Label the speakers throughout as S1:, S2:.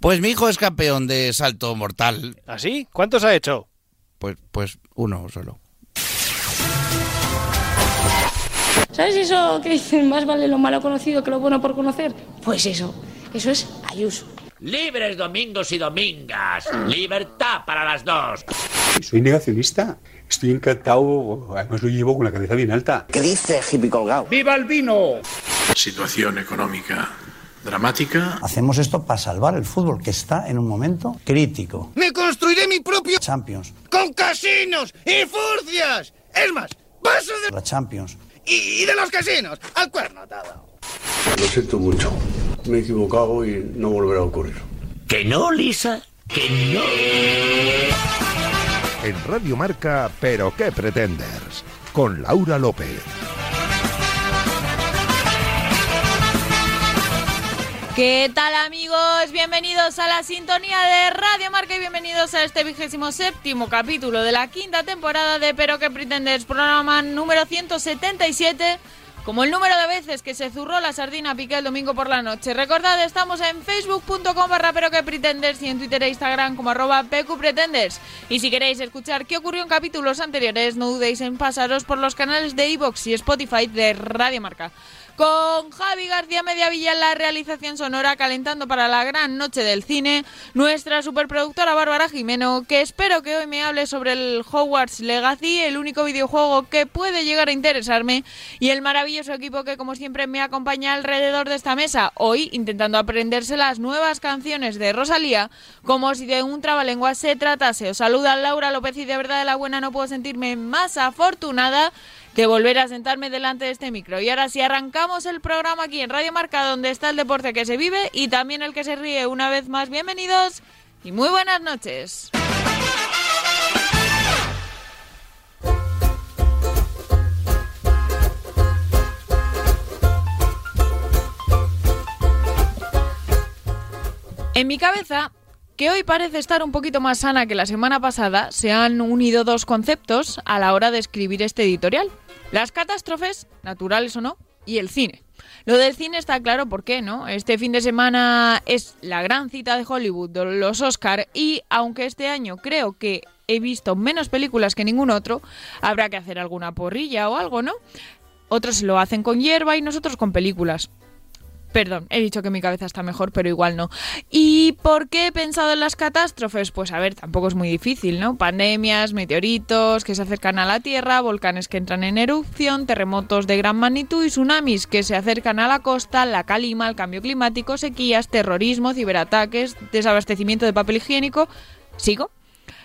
S1: Pues mi hijo es campeón de salto mortal.
S2: ¿Ah,
S3: ¿Así? ¿Cuántos ha hecho?
S1: Pues, pues uno solo.
S4: ¿Sabes eso que dicen más vale lo malo conocido que lo bueno por conocer? Pues eso, eso es Ayuso.
S5: Libres domingos y domingas. Libertad para las dos.
S6: Soy negacionista. Estoy encantado. Además lo llevo con la cabeza bien alta.
S2: ¿Qué dice, hippie colgado?
S7: ¡Viva el vino!
S8: Situación económica dramática.
S9: Hacemos esto para salvar el fútbol, que está en un momento crítico.
S10: ¡Me construiré mi propio
S9: Champions!
S10: ¡Con casinos y furcias! Es más, paso de
S9: la Champions.
S10: Y, y de los casinos, al cuerno todo.
S11: Lo siento mucho. Me he equivocado y no volverá a ocurrir.
S5: ¿Que no, Lisa? ¿Que no?
S12: En Radio Marca, ¿pero qué pretenders? Con Laura López.
S13: ¿Qué tal amigos? Bienvenidos a la sintonía de Radio Marca y bienvenidos a este vigésimo séptimo capítulo de la quinta temporada de Pero que pretendes, programa número 177, como el número de veces que se zurró la sardina piqué el domingo por la noche. Recordad, estamos en facebook.com barra pero que pretenders y en Twitter e Instagram como arroba pqpretenders. Y si queréis escuchar qué ocurrió en capítulos anteriores, no dudéis en pasaros por los canales de iVoox y Spotify de Radio Marca con Javi García Mediavilla en la realización sonora, calentando para la gran noche del cine, nuestra superproductora Bárbara Jimeno, que espero que hoy me hable sobre el Hogwarts Legacy, el único videojuego que puede llegar a interesarme, y el maravilloso equipo que como siempre me acompaña alrededor de esta mesa, hoy intentando aprenderse las nuevas canciones de Rosalía, como si de un trabalenguas se tratase. Os saluda Laura López y de verdad de la buena no puedo sentirme más afortunada que volver a sentarme delante de este micro. Y ahora sí, arrancamos el programa aquí en Radio Marca, donde está el deporte que se vive y también el que se ríe. Una vez más, bienvenidos y muy buenas noches. En mi cabeza que hoy parece estar un poquito más sana que la semana pasada, se han unido dos conceptos a la hora de escribir este editorial. Las catástrofes, naturales o no, y el cine. Lo del cine está claro por qué, ¿no? Este fin de semana es la gran cita de Hollywood, los Oscar, y aunque este año creo que he visto menos películas que ningún otro, habrá que hacer alguna porrilla o algo, ¿no? Otros lo hacen con hierba y nosotros con películas. Perdón, he dicho que mi cabeza está mejor, pero igual no. ¿Y por qué he pensado en las catástrofes? Pues a ver, tampoco es muy difícil, ¿no? Pandemias, meteoritos que se acercan a la Tierra, volcanes que entran en erupción, terremotos de gran magnitud y tsunamis que se acercan a la costa, la calima, el cambio climático, sequías, terrorismo, ciberataques, desabastecimiento de papel higiénico. ¿Sigo?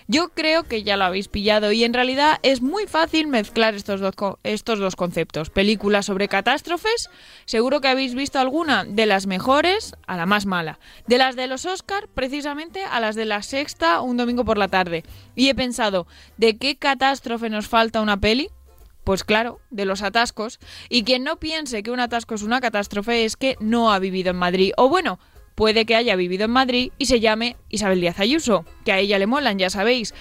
S13: Yo creo que ya lo habéis pillado y en realidad es muy fácil mezclar estos dos, estos dos conceptos. Películas sobre catástrofes, seguro que habéis visto alguna de las mejores a la más mala. De las de los Oscar, precisamente a las de la sexta un domingo por la tarde. Y he pensado, ¿de qué catástrofe nos falta una peli? Pues claro, de los atascos. Y quien no piense que un atasco es una catástrofe es que no ha vivido en Madrid. O bueno, puede que haya vivido en Madrid y se llame Isabel Díaz Ayuso, que a ella le molan, ya sabéis.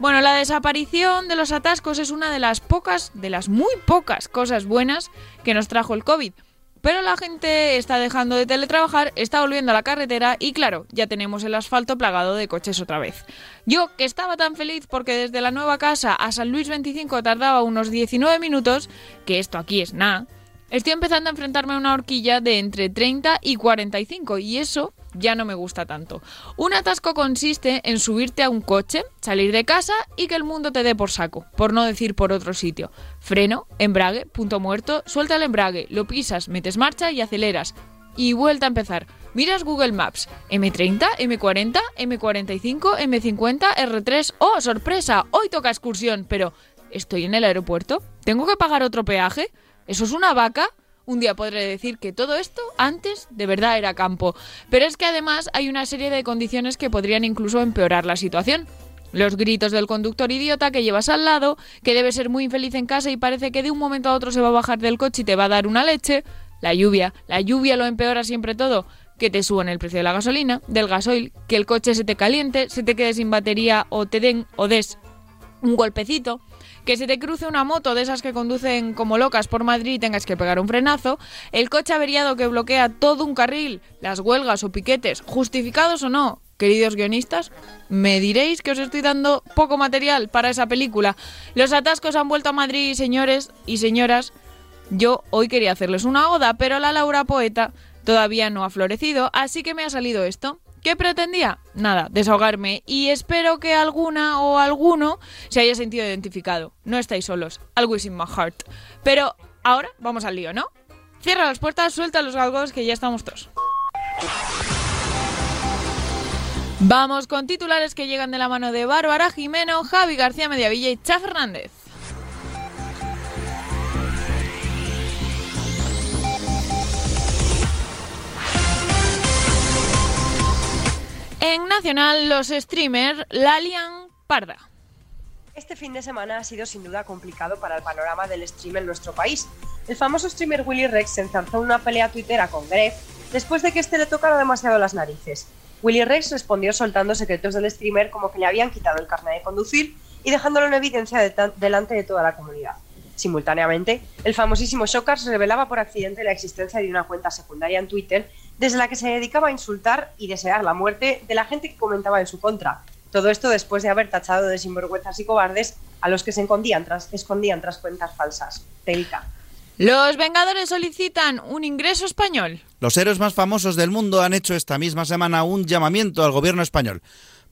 S13: Bueno, la desaparición de los atascos es una de las pocas, de las muy pocas cosas buenas que nos trajo el COVID. Pero la gente está dejando de teletrabajar, está volviendo a la carretera y claro, ya tenemos el asfalto plagado de coches otra vez. Yo, que estaba tan feliz porque desde la nueva casa a San Luis 25 tardaba unos 19 minutos, que esto aquí es nada, Estoy empezando a enfrentarme a una horquilla de entre 30 y 45 y eso ya no me gusta tanto. Un atasco consiste en subirte a un coche, salir de casa y que el mundo te dé por saco, por no decir por otro sitio. Freno, embrague, punto muerto, suelta el embrague, lo pisas, metes marcha y aceleras. Y vuelta a empezar. Miras Google Maps, M30, M40, M45, M50, R3. ¡Oh, sorpresa! Hoy toca excursión, pero ¿estoy en el aeropuerto? ¿Tengo que pagar otro peaje? ¿Eso es una vaca? Un día podré decir que todo esto antes de verdad era campo. Pero es que además hay una serie de condiciones que podrían incluso empeorar la situación. Los gritos del conductor idiota que llevas al lado, que debe ser muy infeliz en casa y parece que de un momento a otro se va a bajar del coche y te va a dar una leche. La lluvia, la lluvia lo empeora siempre todo. Que te suban el precio de la gasolina, del gasoil, que el coche se te caliente, se te quede sin batería o te den o des un golpecito que se te cruce una moto de esas que conducen como locas por Madrid y tengas que pegar un frenazo, el coche averiado que bloquea todo un carril, las huelgas o piquetes, justificados o no, queridos guionistas, me diréis que os estoy dando poco material para esa película. Los atascos han vuelto a Madrid, señores y señoras. Yo hoy quería hacerles una oda, pero la Laura Poeta todavía no ha florecido, así que me ha salido esto. ¿Qué pretendía? Nada, desahogarme y espero que alguna o alguno se haya sentido identificado. No estáis solos. Algo is in my heart. Pero ahora vamos al lío, ¿no? Cierra las puertas, suelta los galgos que ya estamos todos. Vamos con titulares que llegan de la mano de Bárbara Jimeno, Javi García Mediavilla y Cha Fernández. En Nacional, los streamers la lian parda.
S3: Este fin de semana ha sido sin duda complicado para el panorama del stream en nuestro país. El famoso streamer Willy Rex se enzarzó en una pelea tuitera con Gref después de que este le tocara demasiado las narices. Willy Rex respondió soltando secretos del streamer como que le habían quitado el carnet de conducir y dejándolo en evidencia de tan- delante de toda la comunidad. Simultáneamente, el famosísimo Shockers revelaba por accidente la existencia de una cuenta secundaria en Twitter desde la que se dedicaba a insultar y desear la muerte de la gente que comentaba en su contra. Todo esto después de haber tachado de sinvergüenzas y cobardes a los que se escondían tras, escondían tras cuentas falsas. Teica.
S13: Los Vengadores solicitan un ingreso español.
S1: Los héroes más famosos del mundo han hecho esta misma semana un llamamiento al gobierno español.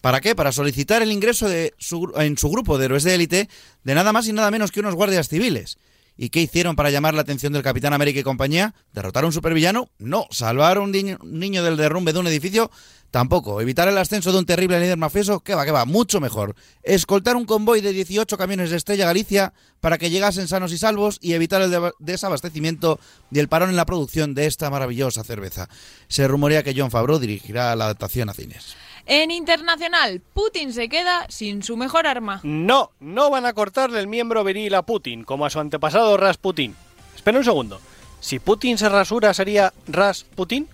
S1: ¿Para qué? Para solicitar el ingreso de su- en su grupo de héroes de élite de nada más y nada menos que unos guardias civiles. ¿Y qué hicieron para llamar la atención del Capitán América y compañía? ¿Derrotar a un supervillano? No. ¿Salvar a un niño, un niño del derrumbe de un edificio? Tampoco. ¿Evitar el ascenso de un terrible líder mafioso? ¿Qué va, qué va? Mucho mejor. ¿Escoltar un convoy de 18 camiones de Estrella Galicia para que llegasen sanos y salvos y evitar el deba- desabastecimiento y el parón en la producción de esta maravillosa cerveza? Se rumorea que John Favreau dirigirá la adaptación a cines.
S13: En Internacional, Putin se queda sin su mejor arma.
S2: No, no van a cortarle el miembro viril a Putin, como a su antepasado Rasputin. Espera un segundo. Si Putin se rasura, ¿sería Rasputin?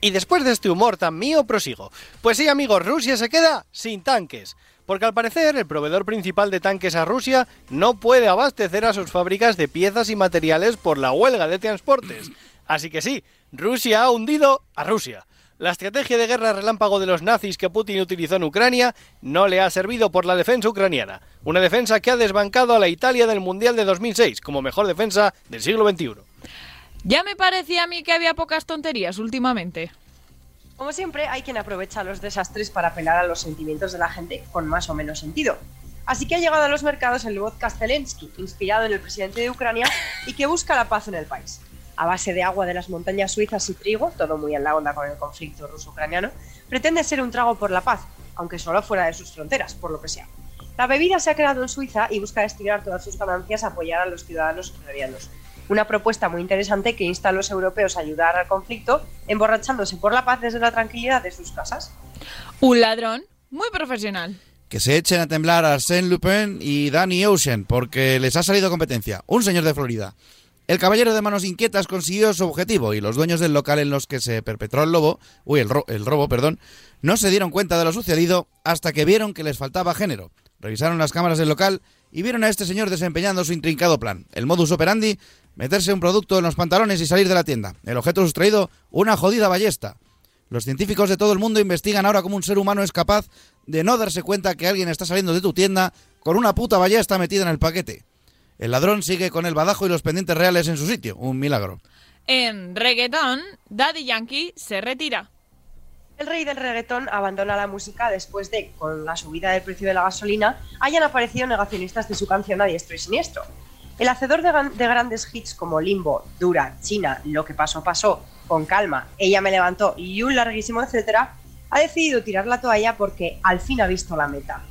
S2: Y después de este humor tan mío, prosigo. Pues sí, amigos, Rusia se queda sin tanques. Porque al parecer, el proveedor principal de tanques a Rusia no puede abastecer a sus fábricas de piezas y materiales por la huelga de transportes. Así que sí, Rusia ha hundido a Rusia. La estrategia de guerra relámpago de los nazis que Putin utilizó en Ucrania no le ha servido por la defensa ucraniana, una defensa que ha desbancado a la Italia del Mundial de 2006 como mejor defensa del siglo XXI.
S13: Ya me parecía a mí que había pocas tonterías últimamente.
S3: Como siempre, hay quien aprovecha los desastres para apelar a los sentimientos de la gente con más o menos sentido. Así que ha llegado a los mercados el vodka Zelensky, inspirado en el presidente de Ucrania y que busca la paz en el país. A base de agua de las montañas suizas y trigo, todo muy en la onda con el conflicto ruso-ucraniano, pretende ser un trago por la paz, aunque solo fuera de sus fronteras, por lo que sea. La bebida se ha creado en Suiza y busca destinar todas sus ganancias a apoyar a los ciudadanos ucranianos una propuesta muy interesante que insta a los europeos a ayudar al conflicto, emborrachándose por la paz desde la tranquilidad de sus casas.
S13: Un ladrón muy profesional.
S1: Que se echen a temblar Arsène Lupin y Danny Ocean, porque les ha salido competencia. Un señor de Florida. El caballero de manos inquietas consiguió su objetivo y los dueños del local en los que se perpetró el lobo, uy, el, ro- el robo, perdón, no se dieron cuenta de lo sucedido hasta que vieron que les faltaba género. Revisaron las cámaras del local y vieron a este señor desempeñando su intrincado plan. El modus operandi, meterse un producto en los pantalones y salir de la tienda. El objeto sustraído, una jodida ballesta. Los científicos de todo el mundo investigan ahora cómo un ser humano es capaz de no darse cuenta que alguien está saliendo de tu tienda con una puta ballesta metida en el paquete. El ladrón sigue con el badajo y los pendientes reales en su sitio. Un milagro.
S13: En reggaetón, Daddy Yankee se retira.
S3: El rey del reggaetón abandona la música después de, con la subida del precio de la gasolina, hayan aparecido negacionistas de su canción a diestro y siniestro. El hacedor de, gan- de grandes hits como Limbo, Dura, China, Lo que pasó pasó, Con calma, Ella me levantó y un larguísimo etcétera, ha decidido tirar la toalla porque al fin ha visto la meta.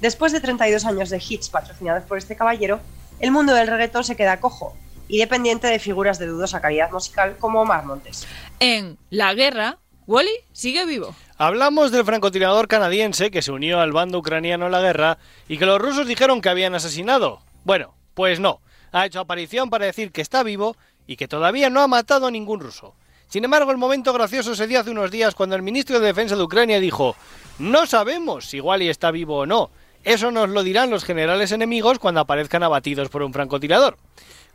S3: Después de 32 años de hits patrocinados por este caballero, el mundo del reggaetón se queda cojo y dependiente de figuras de dudosa calidad musical como Omar Montes.
S13: En La Guerra, Wally sigue vivo.
S2: Hablamos del francotirador canadiense que se unió al bando ucraniano en la guerra y que los rusos dijeron que habían asesinado. Bueno, pues no. Ha hecho aparición para decir que está vivo y que todavía no ha matado a ningún ruso. Sin embargo, el momento gracioso se dio hace unos días cuando el ministro de Defensa de Ucrania dijo, no sabemos si Wally está vivo o no. Eso nos lo dirán los generales enemigos cuando aparezcan abatidos por un francotirador.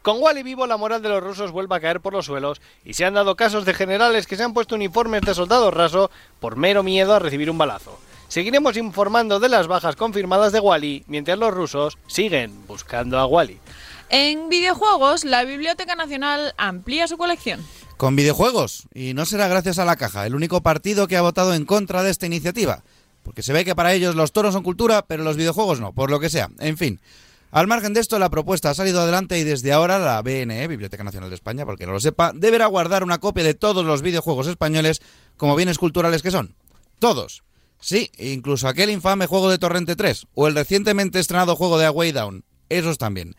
S2: Con Wally vivo la moral de los rusos vuelve a caer por los suelos y se han dado casos de generales que se han puesto uniformes de soldado raso por mero miedo a recibir un balazo. Seguiremos informando de las bajas confirmadas de Wally mientras los rusos siguen buscando a Wally.
S13: En videojuegos, la Biblioteca Nacional amplía su colección.
S1: Con videojuegos. Y no será gracias a la caja, el único partido que ha votado en contra de esta iniciativa. Porque se ve que para ellos los toros son cultura, pero los videojuegos no, por lo que sea. En fin. Al margen de esto, la propuesta ha salido adelante y desde ahora la BNE, Biblioteca Nacional de España, porque no lo sepa, deberá guardar una copia de todos los videojuegos españoles como bienes culturales que son. Todos. Sí, incluso aquel infame juego de Torrente 3 o el recientemente estrenado juego de Away Down. Esos también.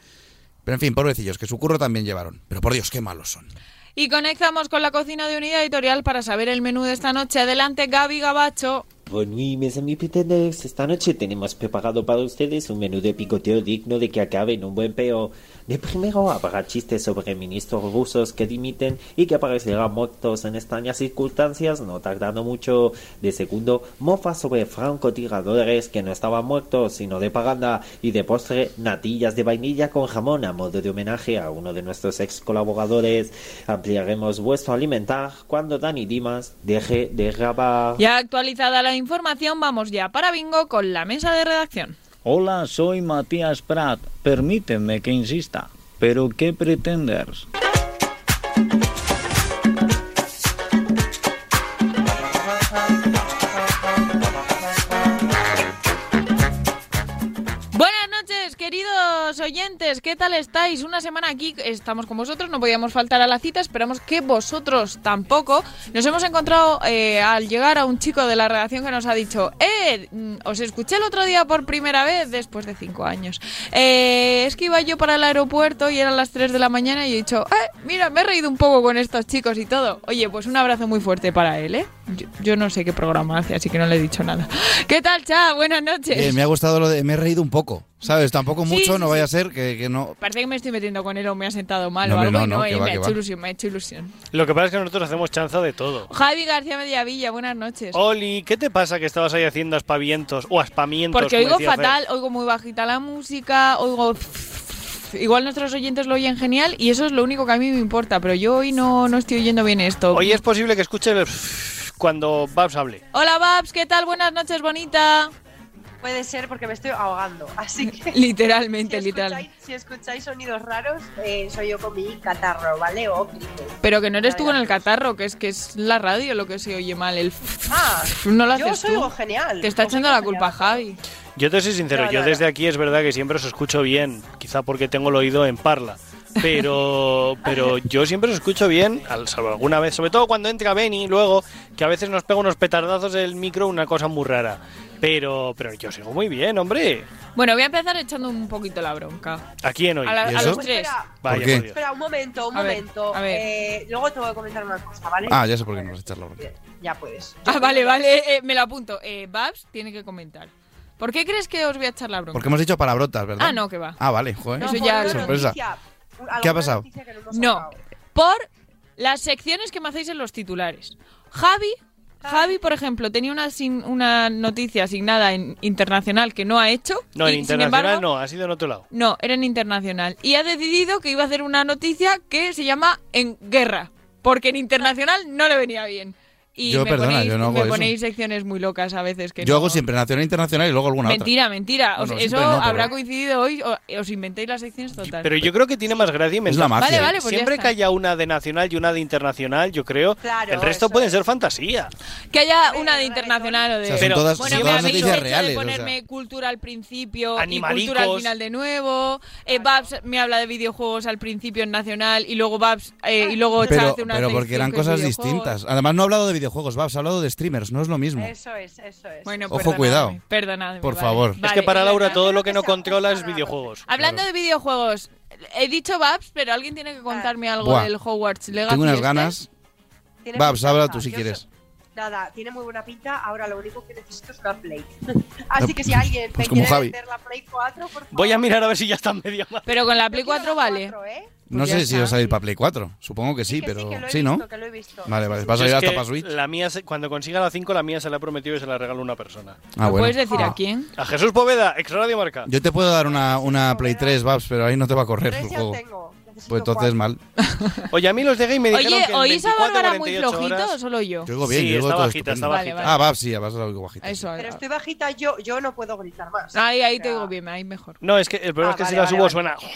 S1: Pero en fin, pobrecillos, que su curro también llevaron. Pero por Dios, qué malos son.
S13: Y conectamos con la cocina de Unidad Editorial para saber el menú de esta noche. Adelante, Gaby Gabacho.
S7: Bonui, mis amigos, esta noche tenemos preparado para ustedes un menú de picoteo digno de que acabe en un buen peo. De primero habrá chistes sobre ministros rusos que dimiten y que aparecerán muertos en extrañas circunstancias, no tardando mucho. De segundo, mofas sobre francotiradores que no estaban muertos, sino de paganda. Y de postre, natillas de vainilla con jamón a modo de homenaje a uno de nuestros ex colaboradores. Ampliaremos vuestro alimentar cuando Dani Dimas deje de grabar.
S13: Ya actualizada la información, vamos ya para bingo con la mesa de redacción.
S14: Hola, soy Matías Prat. Permíteme que insista. ¿Pero qué pretendes?
S13: Buenas noches, queridos oyentes, ¿qué tal estáis? Una semana aquí estamos con vosotros, no podíamos faltar a la cita, esperamos que vosotros tampoco. Nos hemos encontrado eh, al llegar a un chico de la redacción que nos ha dicho, eh, mm, os escuché el otro día por primera vez después de cinco años. Eh, es que iba yo para el aeropuerto y eran las 3 de la mañana y he dicho, eh, mira, me he reído un poco con estos chicos y todo. Oye, pues un abrazo muy fuerte para él, ¿eh? Yo, yo no sé qué programa hace, así que no le he dicho nada. ¿Qué tal, Cha? Buenas noches.
S1: Eh, me ha gustado lo de. Me he reído un poco, ¿sabes? Tampoco
S13: Sí,
S1: mucho,
S13: sí,
S1: no vaya a
S13: sí.
S1: ser que, que no.
S13: Parece que me estoy metiendo con él o me ha sentado mal
S1: No,
S13: o
S1: hombre, no,
S13: algo y
S1: no,
S13: no,
S1: que
S13: y
S1: va,
S13: me ha
S1: que
S13: hecho
S1: va.
S13: ilusión, me ha hecho ilusión.
S2: Lo que pasa es que nosotros hacemos chanza de todo.
S13: Javi García Mediavilla, buenas noches.
S2: Oli, ¿qué te pasa que estabas ahí haciendo aspavientos o aspamientos?
S13: Porque
S2: como
S13: oigo
S2: decía Fer?
S13: fatal, oigo muy bajita la música, oigo... Igual nuestros oyentes lo oyen genial y eso es lo único que a mí me importa, pero yo hoy no, no estoy oyendo bien esto.
S2: Hoy es posible que escuche el cuando Babs hable.
S13: Hola Babs, ¿qué tal? Buenas noches, bonita.
S3: Puede ser porque me estoy ahogando, así que...
S13: Literalmente,
S3: si
S13: literalmente.
S3: escucháis- Si escucháis sonidos raros, eh, soy yo con mi catarro, ¿vale? O gripe.
S13: Pero que no eres tú con el catarro, que es que es la radio lo que se oye mal. El
S3: Ah,
S13: no lo
S3: yo
S13: haces
S3: soy
S13: tú.
S3: genial.
S13: Te está
S3: os oigo
S13: echando la
S3: genial.
S13: culpa Javi.
S2: Yo te soy sincero,
S3: No,
S2: yo
S3: no,
S2: desde aquí es verdad que siempre os escucho bien, quizá porque tengo el oído en parla, pero pero yo siempre os escucho bien, al salvo alguna vez, sobre todo cuando entra Benny luego, que a veces nos pega unos petardazos del micro, una cosa muy rara. Pero pero yo sigo muy bien, hombre.
S13: Bueno, voy a empezar echando un poquito la bronca.
S2: ¿A quién hoy?
S13: A, la-
S1: ¿Y
S13: a
S1: eso?
S13: los tres.
S3: pues Espera,
S2: Vaya,
S1: ¿Por qué?
S2: por Dios.
S3: espera, un momento, un
S13: A ver,
S3: momento.
S13: a ver.
S3: Eh, luego te voy a comentar una cosa, ¿vale?
S1: Ah, ya sé por qué no vas a echar la bronca.
S3: Ya puedes.
S13: Ah, vale, vale, eh, eh, me lo apunto. Eh, Babs tiene que comentar. ¿Por qué crees que os voy a echar la bronca?
S1: Porque hemos dicho palabrotas, ¿verdad?
S13: Ah, no, que va.
S1: Ah, vale, joder.
S13: No, Eso ya-
S1: Qué
S13: por
S1: sorpresa. ¿Qué ha pasado?
S13: No, por las secciones que me hacéis en los titulares. Javi, Javi, por ejemplo, tenía una, sin- una noticia asignada en internacional que no ha hecho.
S2: No, en
S13: y, sin
S2: internacional
S13: embargo-
S2: no, ha sido en otro lado.
S13: No, era en internacional. Y ha decidido que iba a hacer una noticia que se llama En Guerra. Porque en internacional no le venía bien. Y
S1: Yo,
S13: me
S1: perdona,
S13: ponéis,
S1: yo no hago
S13: me
S1: eso.
S13: ponéis secciones muy locas a veces que
S1: Yo
S13: no-
S1: hago siempre nacional, internacional y luego alguna
S13: Mentira, mentira. Os-
S1: Bueno,
S13: eso
S1: siempre no, pero-
S13: habrá coincidido hoy. o- eh, Os inventéis las secciones total.
S2: Pero yo creo que tiene más gracia
S1: Es la
S2: inventar.
S1: magia. Vale,
S13: vale, pues ya
S2: Siempre
S13: está.
S2: que haya una de nacional y una de internacional, yo creo,
S13: Claro,
S2: el resto
S13: eso
S2: pueden ser fantasía.
S13: Que haya una de internacional o de.
S1: O sea, son Pero- todas-
S13: bueno,
S1: son
S13: me
S1: todas
S13: habéis
S1: noticias
S13: hecho
S1: reales,
S13: de
S1: o sea.
S13: ponerme cultura al principio y
S2: Animalicos.
S13: cultura al final de nuevo. Eh, Babs me habla de videojuegos al principio en nacional y luego Babs eh, y luego
S1: otra.
S13: Char
S1: Pero,
S13: hace una
S1: pero
S13: sección
S1: porque eran
S13: que es
S1: cosas
S13: videojuegos.
S1: distintas. Además, no he hablado de videojuegos, Babs, he hablado de streamers, no es lo mismo.
S3: Eso es, eso es.
S13: Bueno,
S1: Ojo,
S13: perdonadme,
S1: cuidado.
S13: Perdonadme.
S1: Por
S13: vale.
S1: favor.
S2: Es
S13: Vale,
S2: que para
S13: es
S2: Laura
S13: verdad.
S2: todo lo que no controla es videojuegos.
S13: Hablando de videojuegos, he dicho Babs, pero alguien tiene que contarme algo
S1: Buah.
S13: del Hogwarts Legacy.
S1: Tengo unas
S13: este.
S1: ganas.
S3: Tiene
S1: Babs,
S3: mucha
S1: pues habla
S3: pinta.
S1: tú si
S3: Yo
S1: quieres.
S3: Nada, tiene muy buena pinta. Ahora lo único que necesito es una Play. Así que si alguien
S1: Pues
S3: te
S1: como
S3: quiere
S1: Javi.
S3: vender la Play 4, por favor.
S2: Voy a mirar a ver si ya está media más.
S13: Pero con la Play 4 vale.
S3: ¿eh?
S1: No
S3: Pues ya
S1: sé si va a
S3: está.
S1: salir para Play 4. Supongo que Pues sí,
S3: que sí,
S1: pero.
S3: que lo he
S1: ¿no?
S3: visto, que lo he visto.
S1: Vale, vale. Va a salir
S2: Yo es
S1: hasta
S2: que
S1: para Switch.
S2: La mía, se- cuando consiga la 5, la mía se la ha prometido y se la regaló una persona.
S1: Ah, bueno.
S13: ¿Puedes decir a quién?
S2: A Jesús Poveda, ex Radio Marca.
S1: Yo te puedo dar una, una Play 3, Babs, pero ahí no te va a correr
S2: Tres
S1: el
S2: ya
S1: juego.
S2: tengo,
S1: Pues entonces mal.
S2: Oye, a mí los de Game me dijeron
S13: Oye,
S2: que en
S13: ¿oís a
S2: 24,
S13: Bárbara muy
S2: 48
S13: flojito
S2: horas-
S13: o solo yo?
S1: Yo oigo bien,
S2: Sí,
S1: yo oigo
S2: está
S1: todo
S2: bajita, está
S1: estupendo.
S13: bajita. Vale,
S1: Ah,
S13: vale.
S1: Babs, sí, a Babs la oigo bajita.
S13: Eso, ah.
S3: Pero estoy bajita, yo, yo no puedo gritar más.
S13: ahí, ahí te digo bien, ahí mejor.
S2: No, es que el problema
S3: Ah,
S2: es que si
S3: vale,
S2: la
S3: vale,
S2: subo
S3: vale.
S2: suena.